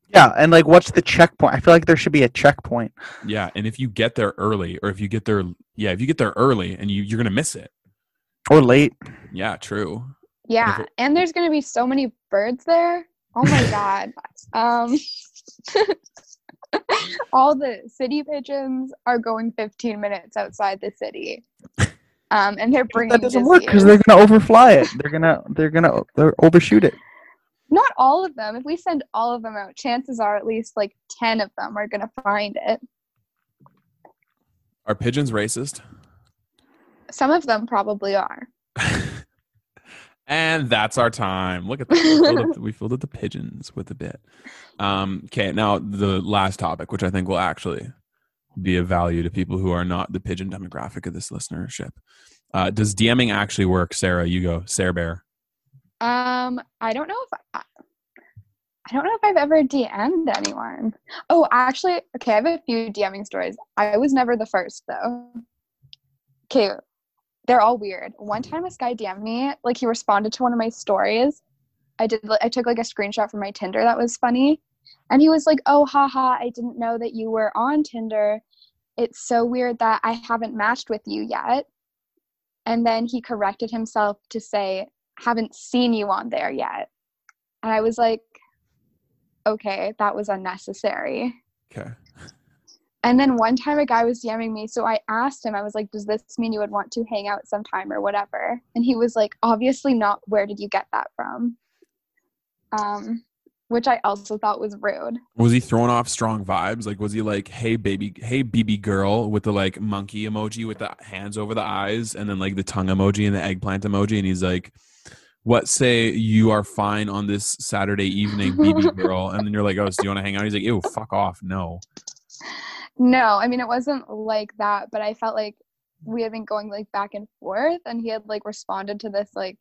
Yeah, and like, what's the checkpoint? I feel like there should be a checkpoint.
yeah and if you get there early or if you get there yeah if you get there early and you you're going to miss it
Or late.
Yeah, true.
yeah, and there's gonna be so many birds there. Oh
*laughs*
my god. Um, *laughs* all the city pigeons are going 15 minutes outside the city, um, and they're bringing.
That doesn't work because
disease.
they're gonna
*laughs*
overfly it. They're gonna they're gonna they're overshoot it.
Not all of them. If we send all of them out, chances are at least like 10 of them are gonna find it.
Are pigeons racist?
Some of them probably are.
And that's our time. Look at that. We filled, up, we filled up the pigeons with a bit. Um, okay, now the last topic, which I think will actually be of value to people who are not the pigeon demographic of this listenership. Uh, does DMing actually work, Sarah? You go, Sarah Bear.
Um, I don't know if I, I don't know if I've ever DM'd anyone. Oh, actually, okay, I have a few DMing stories. I was never the first though. Okay, they're all weird. One time, this guy DM'd me. Like he responded to one of my stories. I did. li- I took like a screenshot from my Tinder that was funny, and he was like, "Oh, haha! I didn't know that you were on Tinder. It's so weird that I haven't matched with you yet." And then he corrected himself to say, haven't seen you on there yet. And I was like, okay, that was unnecessary.
Okay.
And then one time a guy was DMing me, so I asked him, I was like, does this mean you would want to hang out sometime or whatever? And he was like, obviously not. Where did you get that from? Um, which I also thought was rude.
Was he throwing off strong vibes? Like, was he like, hey, baby, hey, BB girl, with the like monkey emoji with the hands over the eyes and then like the tongue emoji and the eggplant emoji? And he's like, what say you are fine on this Saturday evening,
*laughs*
BB girl? And then you're like, oh, so do you want to hang out? He's like, ew, fuck off. No.
No, I mean, it wasn't like that, but I felt like we had been going like back and forth, and he had like responded to this like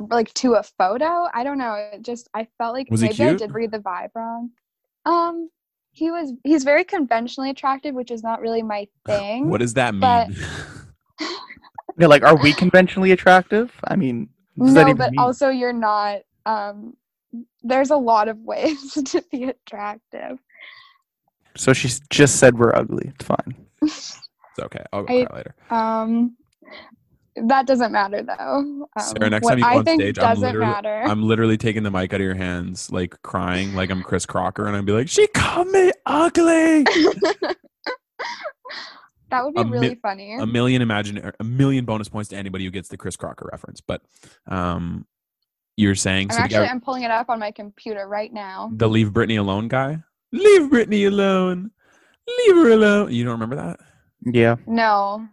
like to a photo. I don't know. It just I felt like
Was he
maybe I
cute?
did read the vibe wrong. Um, he was he's very conventionally attractive, which is not really my thing.
Uh, What does that mean? *laughs*
But-
Yeah,
*laughs*
like, are we conventionally attractive? I mean, what does that
no,
even
but
mean?
also you're not. Um, there's a lot of ways *laughs* to be attractive. *laughs*
so she's just said we're ugly. It's fine.
it's okay. I'll go
I-
cry later.
Um, That doesn't matter though. Um,
Sarah, next time
what
you go
I
on
think
stage, I'm
doesn't
literally-
matter.
I'm literally taking the mic out of your hands, like crying, like I'm Chris Crocker, and I'd be like, "She called me ugly."
that would be
a mi-
really funny.
a million imagine a million bonus points to anybody who gets the Chris Crocker reference. But um, you're saying
I'm
so the,
actually
guy,
I'm pulling it up on my computer right now.
the leave Britney alone guy? Leave Britney alone. Leave her alone. You don't remember that?
Yeah.
No.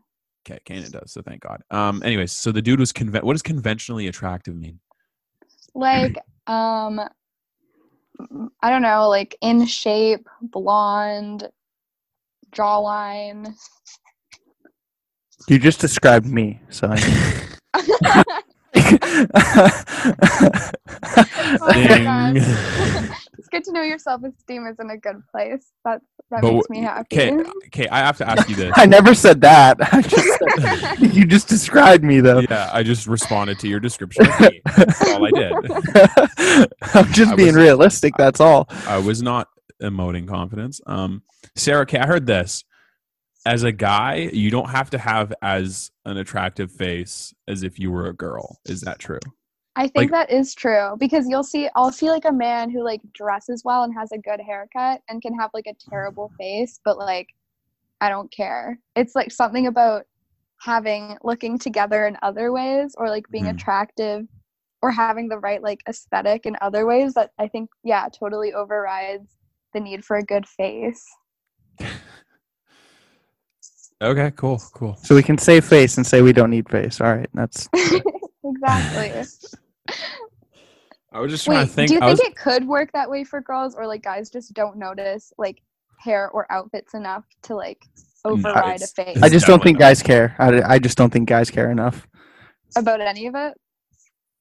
Okay, Kanan does. So thank God. Um, anyways, so the dude was conven- What does conventionally attractive mean? *clears throat*
Like um I don't know, like in shape, blonde, jawline. *laughs*
You just described me, so.
*laughs* Oh my
Ding.
gosh. it's good to know your self esteem is in a good place. That's that
But
makes
wh-
me happy. *laughs*
Okay, *laughs* okay, I have to ask you this.
*laughs* I never said that. *laughs* I just said, you just described me though.
yeah, I just responded to your description. Of me. That's all I did.
*laughs*
*laughs*
I'm just
I
being
was-
realistic. That's all.
I was not emoting confidence. Um, Sarah, okay, I heard this. As a guy, you don't have to have as an attractive face as if you were a girl. Is that true?
I
like-
think that is true because you'll see I'll see like a man who like dresses well and has a good haircut and can have like a terrible face, but like I don't care. It's like something about having looking together in other ways or like being
Mhm.
attractive or having the right like aesthetic in other ways that I think yeah, totally overrides the need for a good face. *laughs*
Okay, cool, cool.
So we can say face and say we don't need face. All right, that's
exactly.
I was just trying
Wait,
to think.
do you
I was,
think it could work that way for girls, or like guys just don't notice like hair or outfits enough to like
Mm,
override a
it's-
face
I just don't
Definitely
think
not.
guys care. I, I just don't think guys care enough.
about any of it?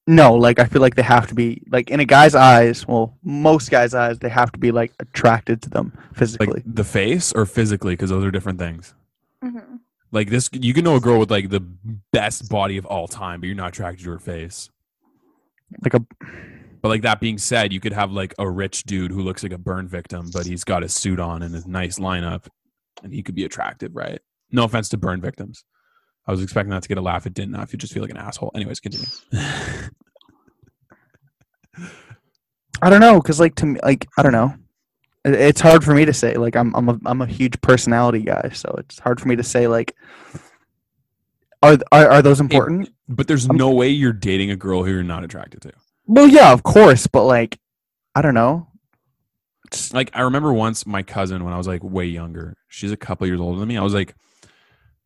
No, like I feel like they have to be like in a guy's eyes. Well, most guys' eyes, they have to be like attracted to them physically.
like the face or physically, because those are different things.
hmm
Like this, you can know a girl with like the best body of all time, but you're not attracted to her face.
Like, a
But like that being said, you could have like a rich dude who looks like a burn victim, but he's got his suit on and his nice lineup, and he could be attractive, right? No offense to burn victims. I was expecting that to get a laugh. It didn't. I feel- just feel like an asshole. Anyways, continue.
I don't know, cause like to me, like I don't know. It- It's hard for me to say. Like I'm I'm a I'm a huge personality guy, so it's hard for me to say like. Are, are, are those important?
but there's
I'm-
no way you're dating a girl who you're not attracted to.
well, yeah, of course, but like, I don't know. It's-
Like I remember once my cousin when I was like way younger. She's a couple years older than me. I was like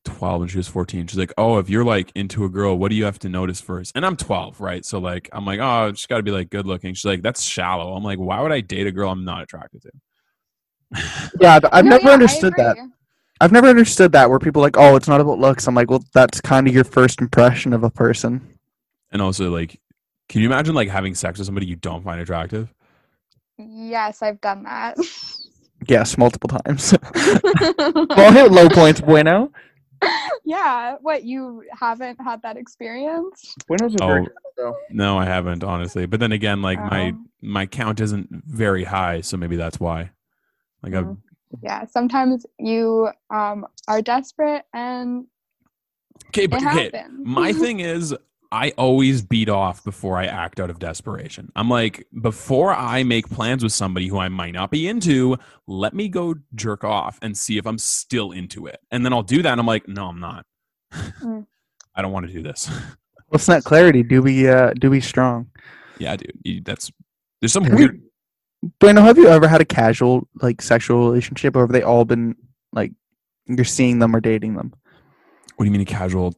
12 and she was 14. She's like, "Oh, if you're like into a girl, what do you have to notice first? And I'm 12, right? So like I'm like, "Oh, she's got to be like good looking." She's like, "That's shallow." I'm like, "Why would I date a girl I'm not attracted to?"
yeah, th- I've
No,
never
yeah, I
understood
agree.
that. I've never understood that where people are like, oh, it's not about looks. I'm like, well, that's kind of your first impression of a person.
And also like can you imagine like having sex with somebody you don't find attractive?
Yes, I've done that.
Yes, multiple times. *laughs* well, hit low points, bueno.
*laughs* yeah, what you haven't had that experience?
Bueno's a
Oh.
virgin, though.
No, I haven't honestly. But then again, like my
Um,
my count isn't very high, so maybe that's why. Like I've
yeah, sometimes you um are desperate and
Okay,
it
but okay.
happens. *laughs*
My thing is, I always beat off before I act out of desperation. I'm like, before I make plans with somebody who I might not be into, let me go jerk off and see if I'm still into it. And then I'll do that. And I'm like, no, I'm not. *laughs*
Mm.
I don't want to do this. *laughs*
What's not clarity? Do we uh, do we strong?
yeah, dude. You, that's there's some weird.
Bueno, have you ever had a casual like sexual relationship, or have they all been like you're seeing them or dating them?
What do you mean a casual?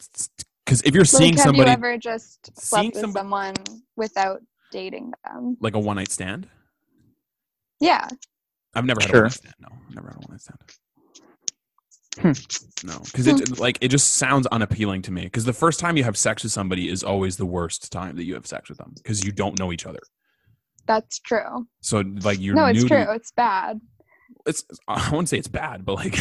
Because if you're
Like,
seeing
have
somebody
you ever just
Seeing
slept with
somebo-
someone without dating them?
like a one night stand,
Yeah.
I've never had a
Sure.
one night stand. No, I've never had a one night stand. No, because it like it just sounds unappealing to me. Because the first time you have sex with somebody is always the worst time that you have sex with them because you don't know each other.
That's true.
So like you're
no, it's
new
true.
to-
it's bad.
it's I wouldn't say it's bad, but like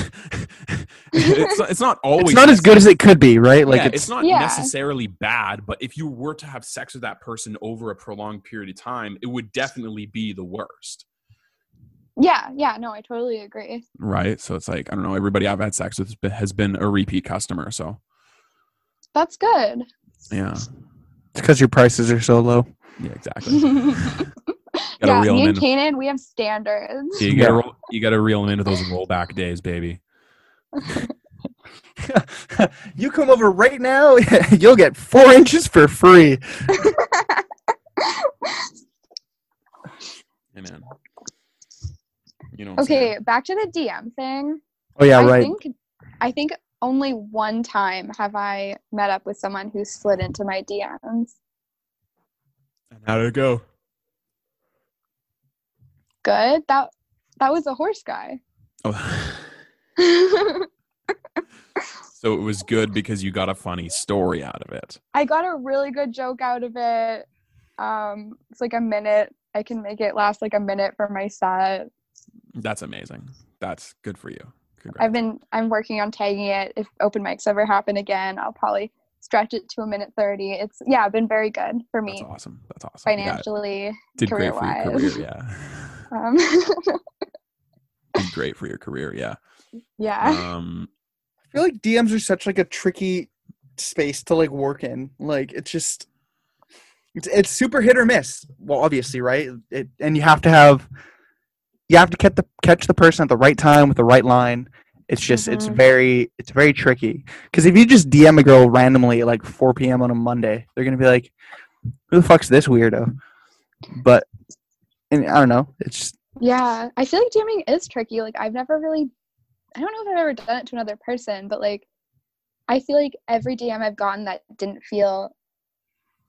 *laughs* it's not, it's not always
it's not as good as it could be, right? Like
yeah, it's,
it's,
not
Yeah.
necessarily bad, but if you were to have sex with that person over a prolonged period of time, it would definitely be the worst.
Yeah, yeah. No, I totally agree.
Right. So it's like I don't know. Everybody I've had sex with has been- has been a repeat customer. So
That's good.
Yeah.
It's because your prices are so low.
Yeah,
*laughs*
exactly.
yeah,
*laughs* Gotta reel
me
'em
and
in.
Kanan, we have standards.
Yeah, you gotta
Yeah.
roll, you gotta reel them into those rollback days, baby.
you come over right now, *laughs* you'll get four inches for free.
Amen. You know. What I'm
Okay, back to the DM thing.
Oh yeah,
I
right.
think I think only one time have I met up with someone who slid into my DMs.
saying? How did it go?
Good. That that was a horse guy. *laughs*
Oh, *laughs*
I
so it was good because you got a funny story out of it.
got a really good joke out of it. Um, it's like a minute. I can make it last like a minute for my set.
That's amazing. That's good for you. Congrats.
I've been I'm working on tagging it. If open mics ever happen again, I'll probably stretch it to a minute thirty. It's yeah, been very good for
That's
me
awesome. That's awesome. Yeah,
financially.
did great for your
career-wise.
career. Yeah.
*laughs* Um,
did great for your career.
*laughs*
Yeah.
yeah.
Um,
I feel like DMs are such like a tricky space to like work in. Like it's just it's it's super hit or miss. Well, obviously, right? It, and you have to have you have to catch the catch the person at the right time with the right line. It's just it's
Mhm.
very it's very tricky because if you just DM a girl randomly at like 4 p.m. on a Monday, they're gonna be like, "Who the fuck's this weirdo?" But and I don't know. It's just,
Yeah, I feel like DMing is tricky. Like I've never really I don't know if I've ever done it to another person, but like I feel like every DM I've gotten that didn't feel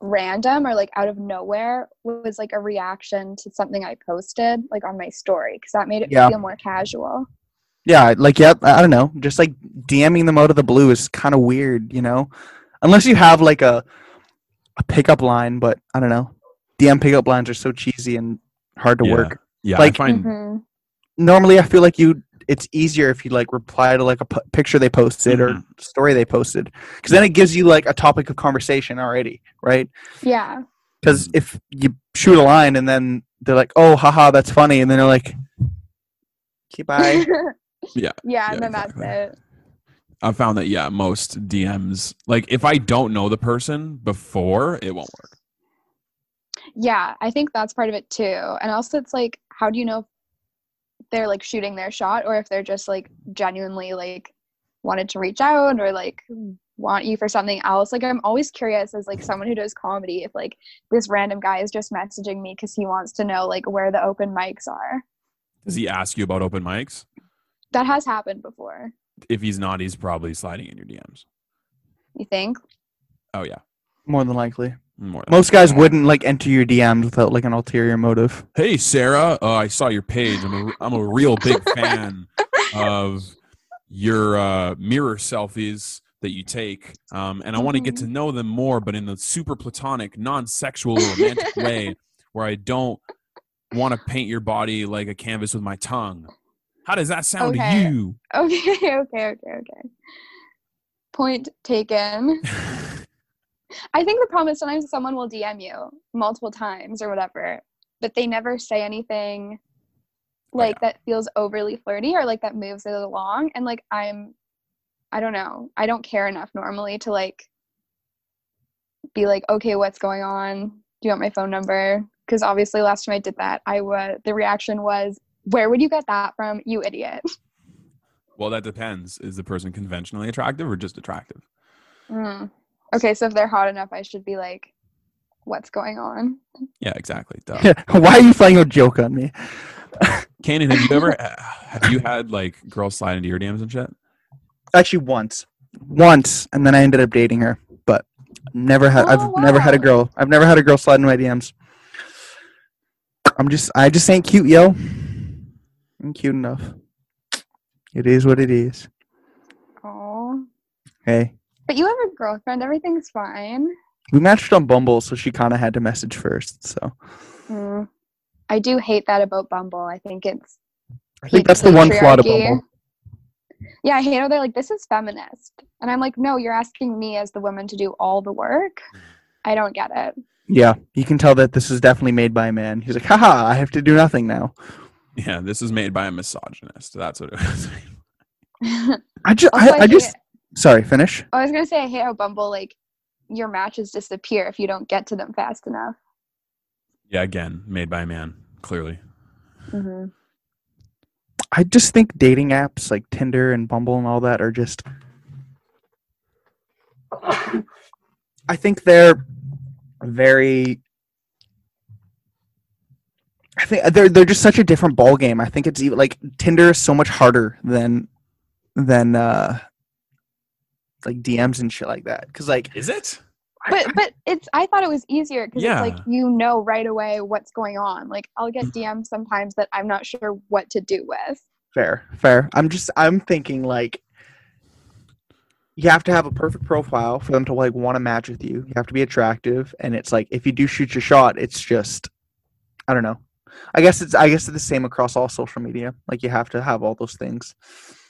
random or like out of nowhere was like a reaction to something I posted like on my story because that made it
Yeah.
feel more casual.
Yeah, like yep, I I don't know. Just like DMing them out of the blue is kind of weird, you know. Unless you have like a a pickup line, but I don't know. DM pickup lines are so cheesy and hard to
Yeah.
work.
yeah. I
Like-
find
Mhm.
Normally, I feel like you it's easier if you like reply to like a p- picture they posted
Mhm.
or story they posted cuz then it gives you like a topic of conversation already, right?
Yeah.
Cuz if you shoot a line and then they're like, "Oh, haha, that's funny." And then they're like, "Okay,
*laughs*
bye."
Yeah,
Yeah, and
yeah,
then
exactly.
that's it.
I found that yeah, most DMs like if I don't know the person before, it won't work.
Yeah, I think that's part of it too. And also, it's like, how do you know if they're like shooting their shot or if they're just like genuinely like wanted to reach out or like want you for something else? Like, I'm always curious as like someone who does comedy if like this random guy is just messaging me because he wants to know like where the open mics are.
Does he ask you about open mics?
That has happened before,
If he's not, he's probably sliding in your DMs.
you think?
Oh yeah,
More than likely.
more. than-
Most guys wouldn't like enter your DMs without like an ulterior motive. *laughs*
hey Sarah, uh, I saw your page. I'm a, I'm a real big fan of your uh, mirror selfies that you take, um, and I want to get to know them more, but in the super platonic, non-sexual, romantic way, where I don't want to paint your body like a canvas with my tongue. How does that sound
Okay.
to you?
Okay, *laughs* okay, okay, okay. Point taken. I think the problem is sometimes someone will DM you multiple times or whatever, but they never say anything
Oh,
like that feels overly flirty or like that moves it along. And like I'm, I don't know, I don't care enough normally to like be like, okay, what's going on? Do you want my phone number? Because obviously last time I did that, I was the reaction was, where would you get that from, you idiot?
Well, that depends. Is the person conventionally attractive or just attractive?
Mm. Okay, so if they're hot enough, I should be like, what's going on?
Yeah, exactly. Duh.
Why are you playing a joke on me?
Kanan, have you
*laughs*
ever have you had like girls slide into your DMs and shit?
Actually, once, once, and then I ended up dating her, but never had. I've
Oh,
never had a
wow.
girl. I've never had a girl slide into my DMs. I'm just. I just ain't cute, yo. I'm cute enough. It is what it is.
Oh.
Hey,
But you have a girlfriend. Everything's fine.
we matched on Bumble, so she kind of had to message first. So
Mm. I do hate that about Bumble. I think it's.
I think that's the one flaw to Bumble.
Yeah, I hate how they're like, this is feminist. And I'm like, no, you're asking me as the woman to do all the work. I don't get it. *laughs*
Yeah, you can tell that this is definitely made by a man. He's like, haha, I have to do nothing now.
Yeah, this is made by a misogynist. That's what it was. *laughs*
That's
I just,
why
I, I
hate
just,
it.
Sorry, finish.
I was gonna say I hate how Bumble like your matches disappear if you don't get to them fast enough.
Yeah, again, made by a man, clearly.
hmm
I just think dating apps like Tinder and Bumble and all that are just. I think they're very. I think they're they're just such a different ball game. I think it's even like Tinder is so much harder than than uh like DMs and shit like that. Because like
Is it?
But but it's I thought it was easier because
Yeah.
it's like you know right away what's going on. Like I'll get DMs sometimes that I'm not sure what to do with.
Fair, fair. I'm just I'm thinking like you have to have a perfect profile for them to like want to match with you. You have to be attractive and it's like if you do shoot your shot, it's just I don't know. I guess it's I guess it's the same across all social media. Like you have to have all those things.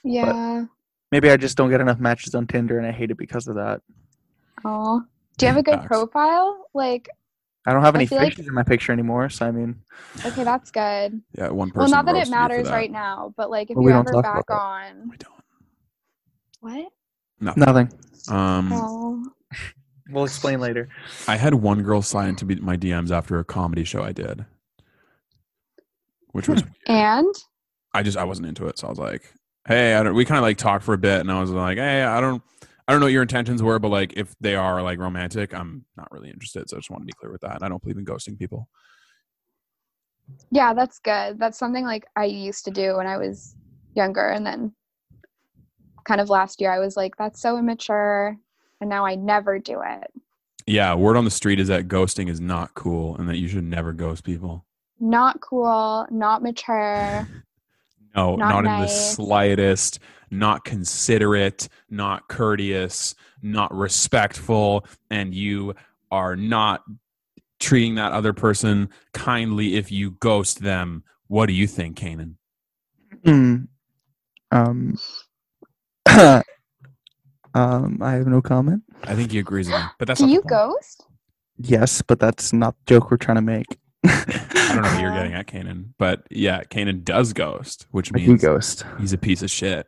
Yeah.
Maybe I just don't get enough matches on Tinder and I hate it because of that.
Oh. Do you have a good
Facts.
profile? Like
I don't have
I
any
feel like-
fishes in my picture anymore, so I mean
okay, that's good.
Yeah, one
Well,
person.
not that
roasted
it
you for
matters
that.
right now, but like if
Well, we
you're
don't
ever
talk about
back
that.
on
We don't.
what?
nothing.
Um,
Oh.
We'll explain later.
I had one girl slide into be- my DMs after a comedy show I did, which was
And
I just I wasn't into it, so I was like, "Hey, I don't." We kind of like talked for a bit, and I was like, "Hey, I don't, I don't know what your intentions were, but like if they are like romantic, I'm not really interested." So I just want to be clear with that. And I don't believe in ghosting people.
yeah, that's good. That's something like I used to do when I was younger and then kind of last year I was like, that's so immature and now I never do it.
Yeah, word on the street is that ghosting is not cool, and that you should never ghost people.
Not cool, not mature.
No,
Not
not, in the
nice.
slightest. Not considerate. Not courteous. Not respectful. And you are not treating that other person kindly if you ghost them. What do you think, Kanan?
Hmm. Um *clears throat* Um, I have no comment.
I think he agrees with me, but that's
do
not the
you
point.
ghost?
Yes, but that's not the joke we're trying to make.
*laughs*
*laughs*
I don't know
I
what you're getting at, Kanan, but yeah, Kanan does ghost, which
do
means
ghost.
he's a piece of shit,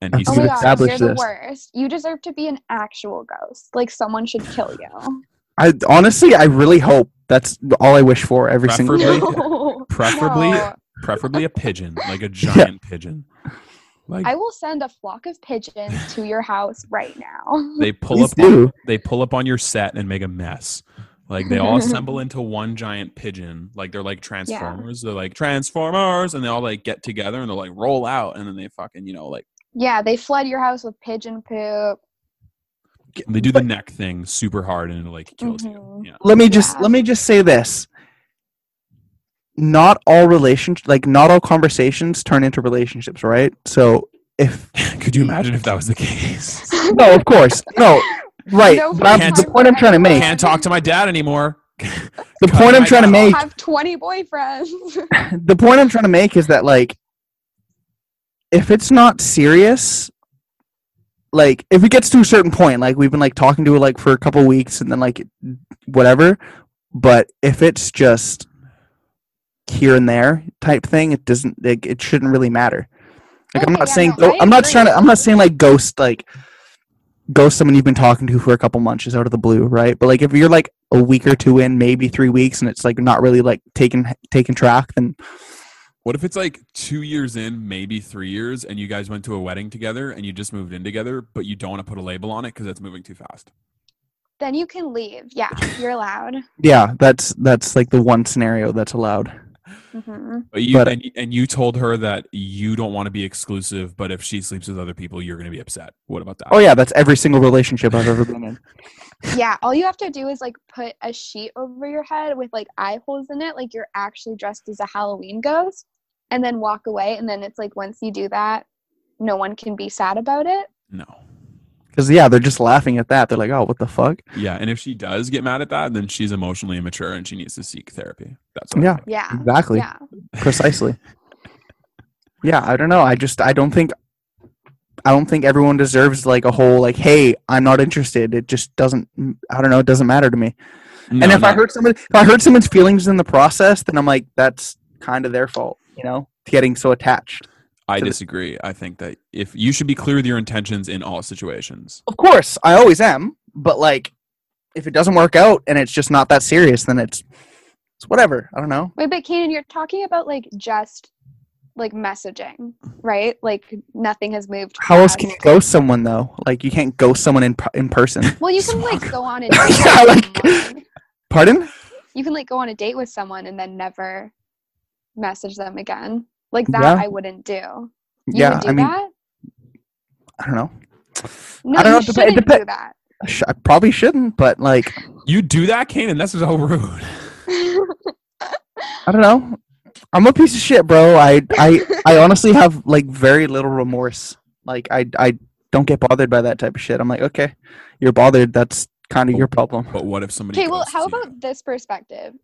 and
I
he's
Oh
think
my
We've
god, you're
established
the
this.
worst. You deserve to be an actual ghost. Like someone should kill you.
I honestly, I really hope that's all I wish for every single
Preferably-
day.
No.
preferably
No.
preferably a pigeon, like a giant pigeon. Like
I will send a flock of pigeons to your house right now.
they pull
Please
up, on,
do.
they pull up on your set and make a mess. Like they all assemble into one giant pigeon. Like they're like transformers. They're like transformers, and they all like get together and they'll like roll out, and then they fucking you know like
*laughs* Yeah, they flood your house with pigeon poop.
get- they do the neck thing super hard, and it like kills
Mhm.
you. Yeah.
Let me just
Yeah.
let me just say this. Not all relationships, like not all conversations, turn into relationships, right? So if
*laughs* Could you imagine if that was the case?
*laughs*
no, of course, no, right.
No
but I'm,
Can't-
the point I'm trying to
I
make,
can't talk to my dad anymore. *laughs*
the
cut
point I'm
my
trying to
mouth.
make,
have 20 boyfriends. *laughs*
*laughs* the point I'm trying to make is that like if it's not serious like if it gets to a certain point like we've been like talking to it like for a couple weeks and then like whatever but if it's just here and there type thing it doesn't like it shouldn't really matter like i'm
Okay,
not
yeah,
saying
no,
go-
I
i'm not trying to
agree.
i'm not saying like ghost like ghost someone you've been talking to for a couple months just out of the blue right but like if you're like a week or two in maybe three weeks and it's like not really like taking taking track then
What if it's like two years in, maybe three years, and you guys went to a wedding together and you just moved in together, but you don't want to put a label on it because it's moving too fast?
then you can leave. Yeah, you're allowed.
Yeah, that's that's like the one scenario that's allowed.
hmm
But you
But-
and, and you told her that you don't want to be exclusive, but if she sleeps with other people, you're going to be upset. What about that?
Oh yeah, that's every single relationship I've ever
*laughs*
been in.
Yeah, all you have to do is like put a sheet over your head with like eye holes in it, like you're actually dressed as a Halloween ghost, and then walk away. And then it's like once you do that, no one can be sad about it.
No.
Because yeah, they're just laughing at that. They're like, "Oh, what the fuck?"
Yeah, and if she does get mad at that, then she's emotionally immature and she needs to seek therapy. That's
Yeah,
Yeah.
exactly,
Yeah.
precisely. Yeah, I don't know. I just I don't think I don't think everyone deserves like a whole like, "Hey, I'm not interested." It just doesn't. I don't know. It doesn't matter to me.
No,
and if I
not-
hurt someone, if I hurt someone's feelings in the process, then I'm like, that's kind of their fault. You know, getting so attached.
I
To the-
disagree. I think that if you should be clear with your intentions in all situations.
Of course, I always am, but like if it doesn't work out and it's just not that serious, then it's it's whatever. I don't know.
Wait, but Kanan, you're talking about like just like messaging, right? Like nothing has moved.
How else
past-
can you ghost someone though? Like you can't ghost someone in in person.
Well, you can like go
*laughs*
on a date.
Yeah,
with
like-
someone.
Pardon?
you can like go on a date with someone and then never message them again. Like that,
Yeah.
I wouldn't do. You
yeah,
would do
I mean,
that?
I don't know.
No,
I don't know,
you
it dep- it
shouldn't
dep-
do
*laughs*
that.
I, sh- I probably shouldn't, but like
You do that, Kanan. That's so *laughs* rude.
I don't know. I'm a piece of shit, bro. I I I honestly have like very little remorse. Like I I don't get bothered by that type of shit. I'm like, okay, you're bothered. That's kind of your problem.
But what if somebody?
Okay, well,
ghosts
how
you?
about this perspective?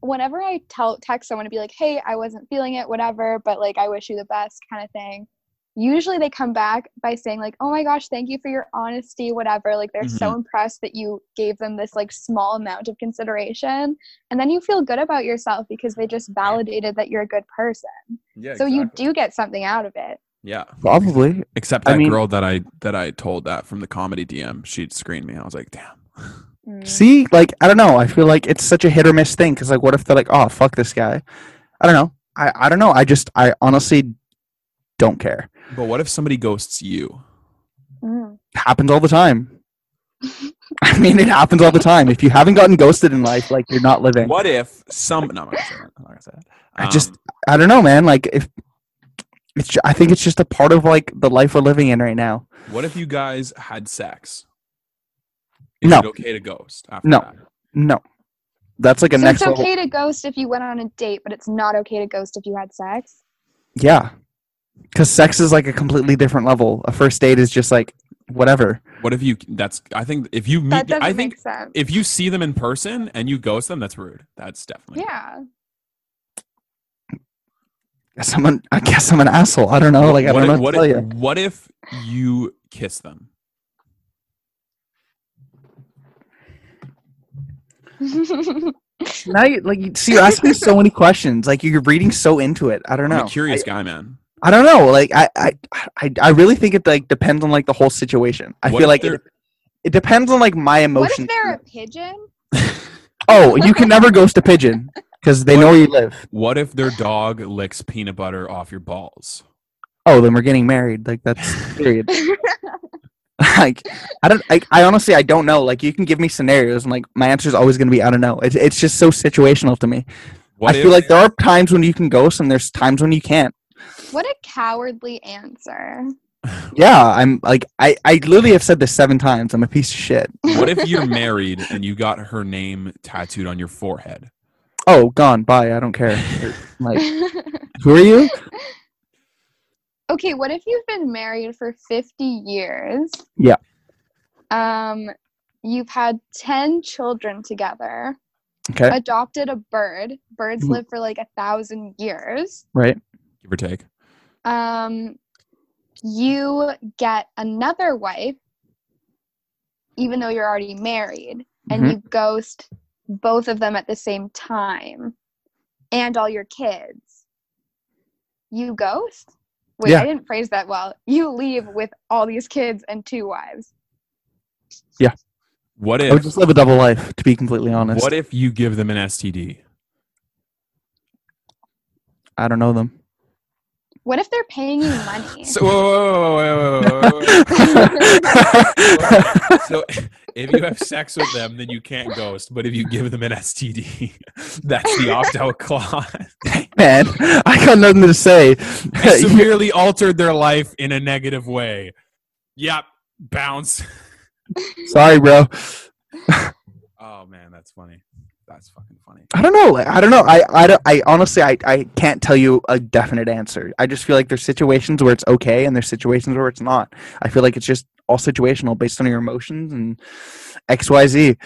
Whenever I tell text someone to be like, "Hey, I wasn't feeling it, whatever," but like I wish you the best kind of thing. Usually they come back by saying like, "Oh my gosh, thank you for your honesty, whatever." Like they're so impressed that you gave them this like small amount of consideration, and then you feel good about yourself because they just validated that you're a good person.
Yeah.
So you do get something out of it.
Yeah.
Probably.
Except
I
that
mean-
girl that I that I told that from the comedy DM, she'd screen me. I was like, damn.
Mm.
See, like I don't know. I feel like it's such a hit or miss thing. Cause like, what if they're like, oh fuck this guy? I don't know. I I don't know. I just I honestly don't care.
But what if somebody ghosts you?
Mm.
happens all the time. *laughs* I mean, it happens all the time. If you haven't gotten ghosted in life, like you're not living.
What if some? No, I'm not gonna say that. I'm not gonna say that. Um,
I just- I don't know, man. Like if it's, ju- I think it's just a part of like the life we're living in right now.
What if you guys had sex? Is
No.
it okay to ghost? After
No.
That?
No, that's like a
So
next
it's
level.
okay to ghost if you went on a date, but it's not okay to ghost if you had sex.
Yeah, because sex is like a completely different level. A first date is just like whatever.
What if you? That's. I think if you
That
meet,
doesn't
I think
make sense.
if you see them in person and you ghost them, that's rude. That's definitely.
yeah.
Someone, I guess I'm an asshole. I don't know. Like I
what
don't know
if,
what
what
to tell
if,
you.
what if you kiss them?
Now you like you see, you're asking me so many questions. Like you're reading so into it. I don't know.
I'm a curious guy, man.
I don't know. Like I, I, I, I really think it like depends on like the whole situation. I
What
feel
if
like
they're-
it, it depends on like my
*laughs* what if
emotions.
they're a pigeon?
oh, you can never ghost a pigeon because they know where you live.
What if their dog licks peanut butter off your
*laughs*
balls?
Oh, then we're getting married. Like *laughs* that's period. like I don't. I, I honestly I don't know. Like you can give me scenarios and like my answer is always gonna be I don't know. It's it's just so situational to me.
What
I
if,
feel like there are times when you can ghost and there's times when you can't.
What a cowardly answer. *laughs*
Yeah, I'm like I I literally have said this seven times. I'm a piece of shit.
what if you're married and you got her name tattooed on your forehead?
Oh, gone. Bye. I
*laughs*
don't care. Like who are you?
okay, what if you've been married for 50 years?
Yeah.
Um you've had 10 children together.
Okay.
Adopted a bird. Birds
Mhm.
live for like a thousand years.
Right.
Give or take.
um, you get another wife, even though you're already married, and
Mhm.
you ghost both of them at the same time and all your kids. You ghost? Wait,
Yeah.
I didn't phrase that well. You leave with all these kids and two wives.
What
I would
if
just live a double life, to be completely honest.
what if you give them an STD?
I
*laughs*
don't know them. *laughs*
What if they're paying
*sighs*
you money?
So, whoa, whoa, whoa, whoa, whoa, whoa, whoa, whoa. *laughs* so if you have sex with them, then you can't ghost. But if you give them an STD, *laughs* that's the opt out *laughs* clause.
Man, I got nothing to say.
I severely altered their life in a negative way. Yep, bounce.
*laughs* Sorry, bro.
Oh man, that's funny. That's fucking funny.
I don't know. Like, I don't know. I, I, don't, I honestly, I, I can't tell you a definite answer. I just feel like there's situations where it's okay and there's situations where it's not. I feel like it's just all situational based on your emotions and X, Y, Z.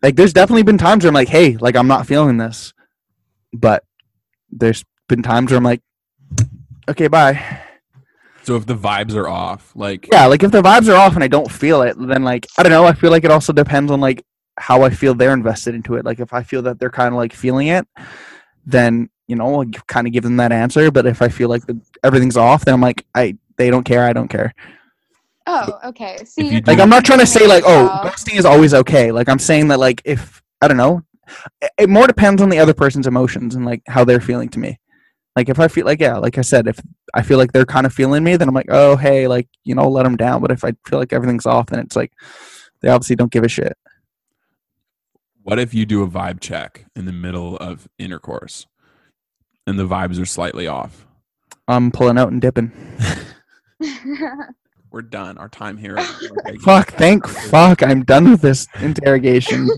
Like, there's definitely been times where I'm like, hey, like, I'm not feeling this. But there's been times where I'm like, okay, bye.
So if the vibes are off, like
yeah like if the vibes are off and i don't feel it then like i don't know i feel like it also depends on like how i feel they're invested into it like if i feel that they're kind of like feeling it then you know, like kind of give them that answer. But if I feel like the, everything's off, then I'm like, I they don't care. I don't care.
Oh, okay. See,
you
you're
do-
Like I'm not trying to say like, oh,
yourself.
ghosting is always okay. Like I'm saying that like if I don't know, it, it more depends on the other person's emotions and like how they're feeling to me. Like if I feel like yeah, like I said, if I feel like they're kind of feeling me, then I'm like, oh hey, like you know, let them down. But if I feel like everything's off, then it's like they obviously don't give a shit.
What if you do a vibe check in the middle of intercourse and the vibes are slightly off?
I'm pulling out and dipping.
We're done. Our time here. *laughs* is-
fuck, thank fuck, I'm done with this interrogation.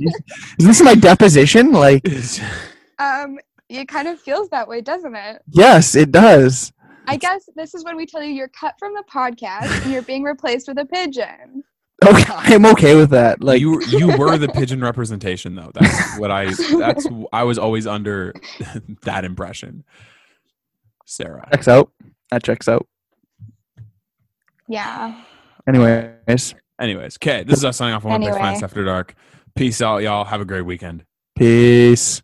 is this my deposition?
*laughs*
Like,
Is-
*laughs* um, it kind of feels that way, doesn't it?
yes, it does.
I guess this is when we tell you you're cut from the podcast and you're being replaced with a pigeon.
Okay, *laughs* I'm okay with that. Like,
you you were the pigeon representation though. That's what I that's I was always under *laughs* that impression. Sarah.
checks out. That checks out.
Yeah.
Anyways,
Anyways, okay, this is us signing off on One Pick
Anyway.
Finance After Dark. Peace out, y'all. Have a great weekend.
peace.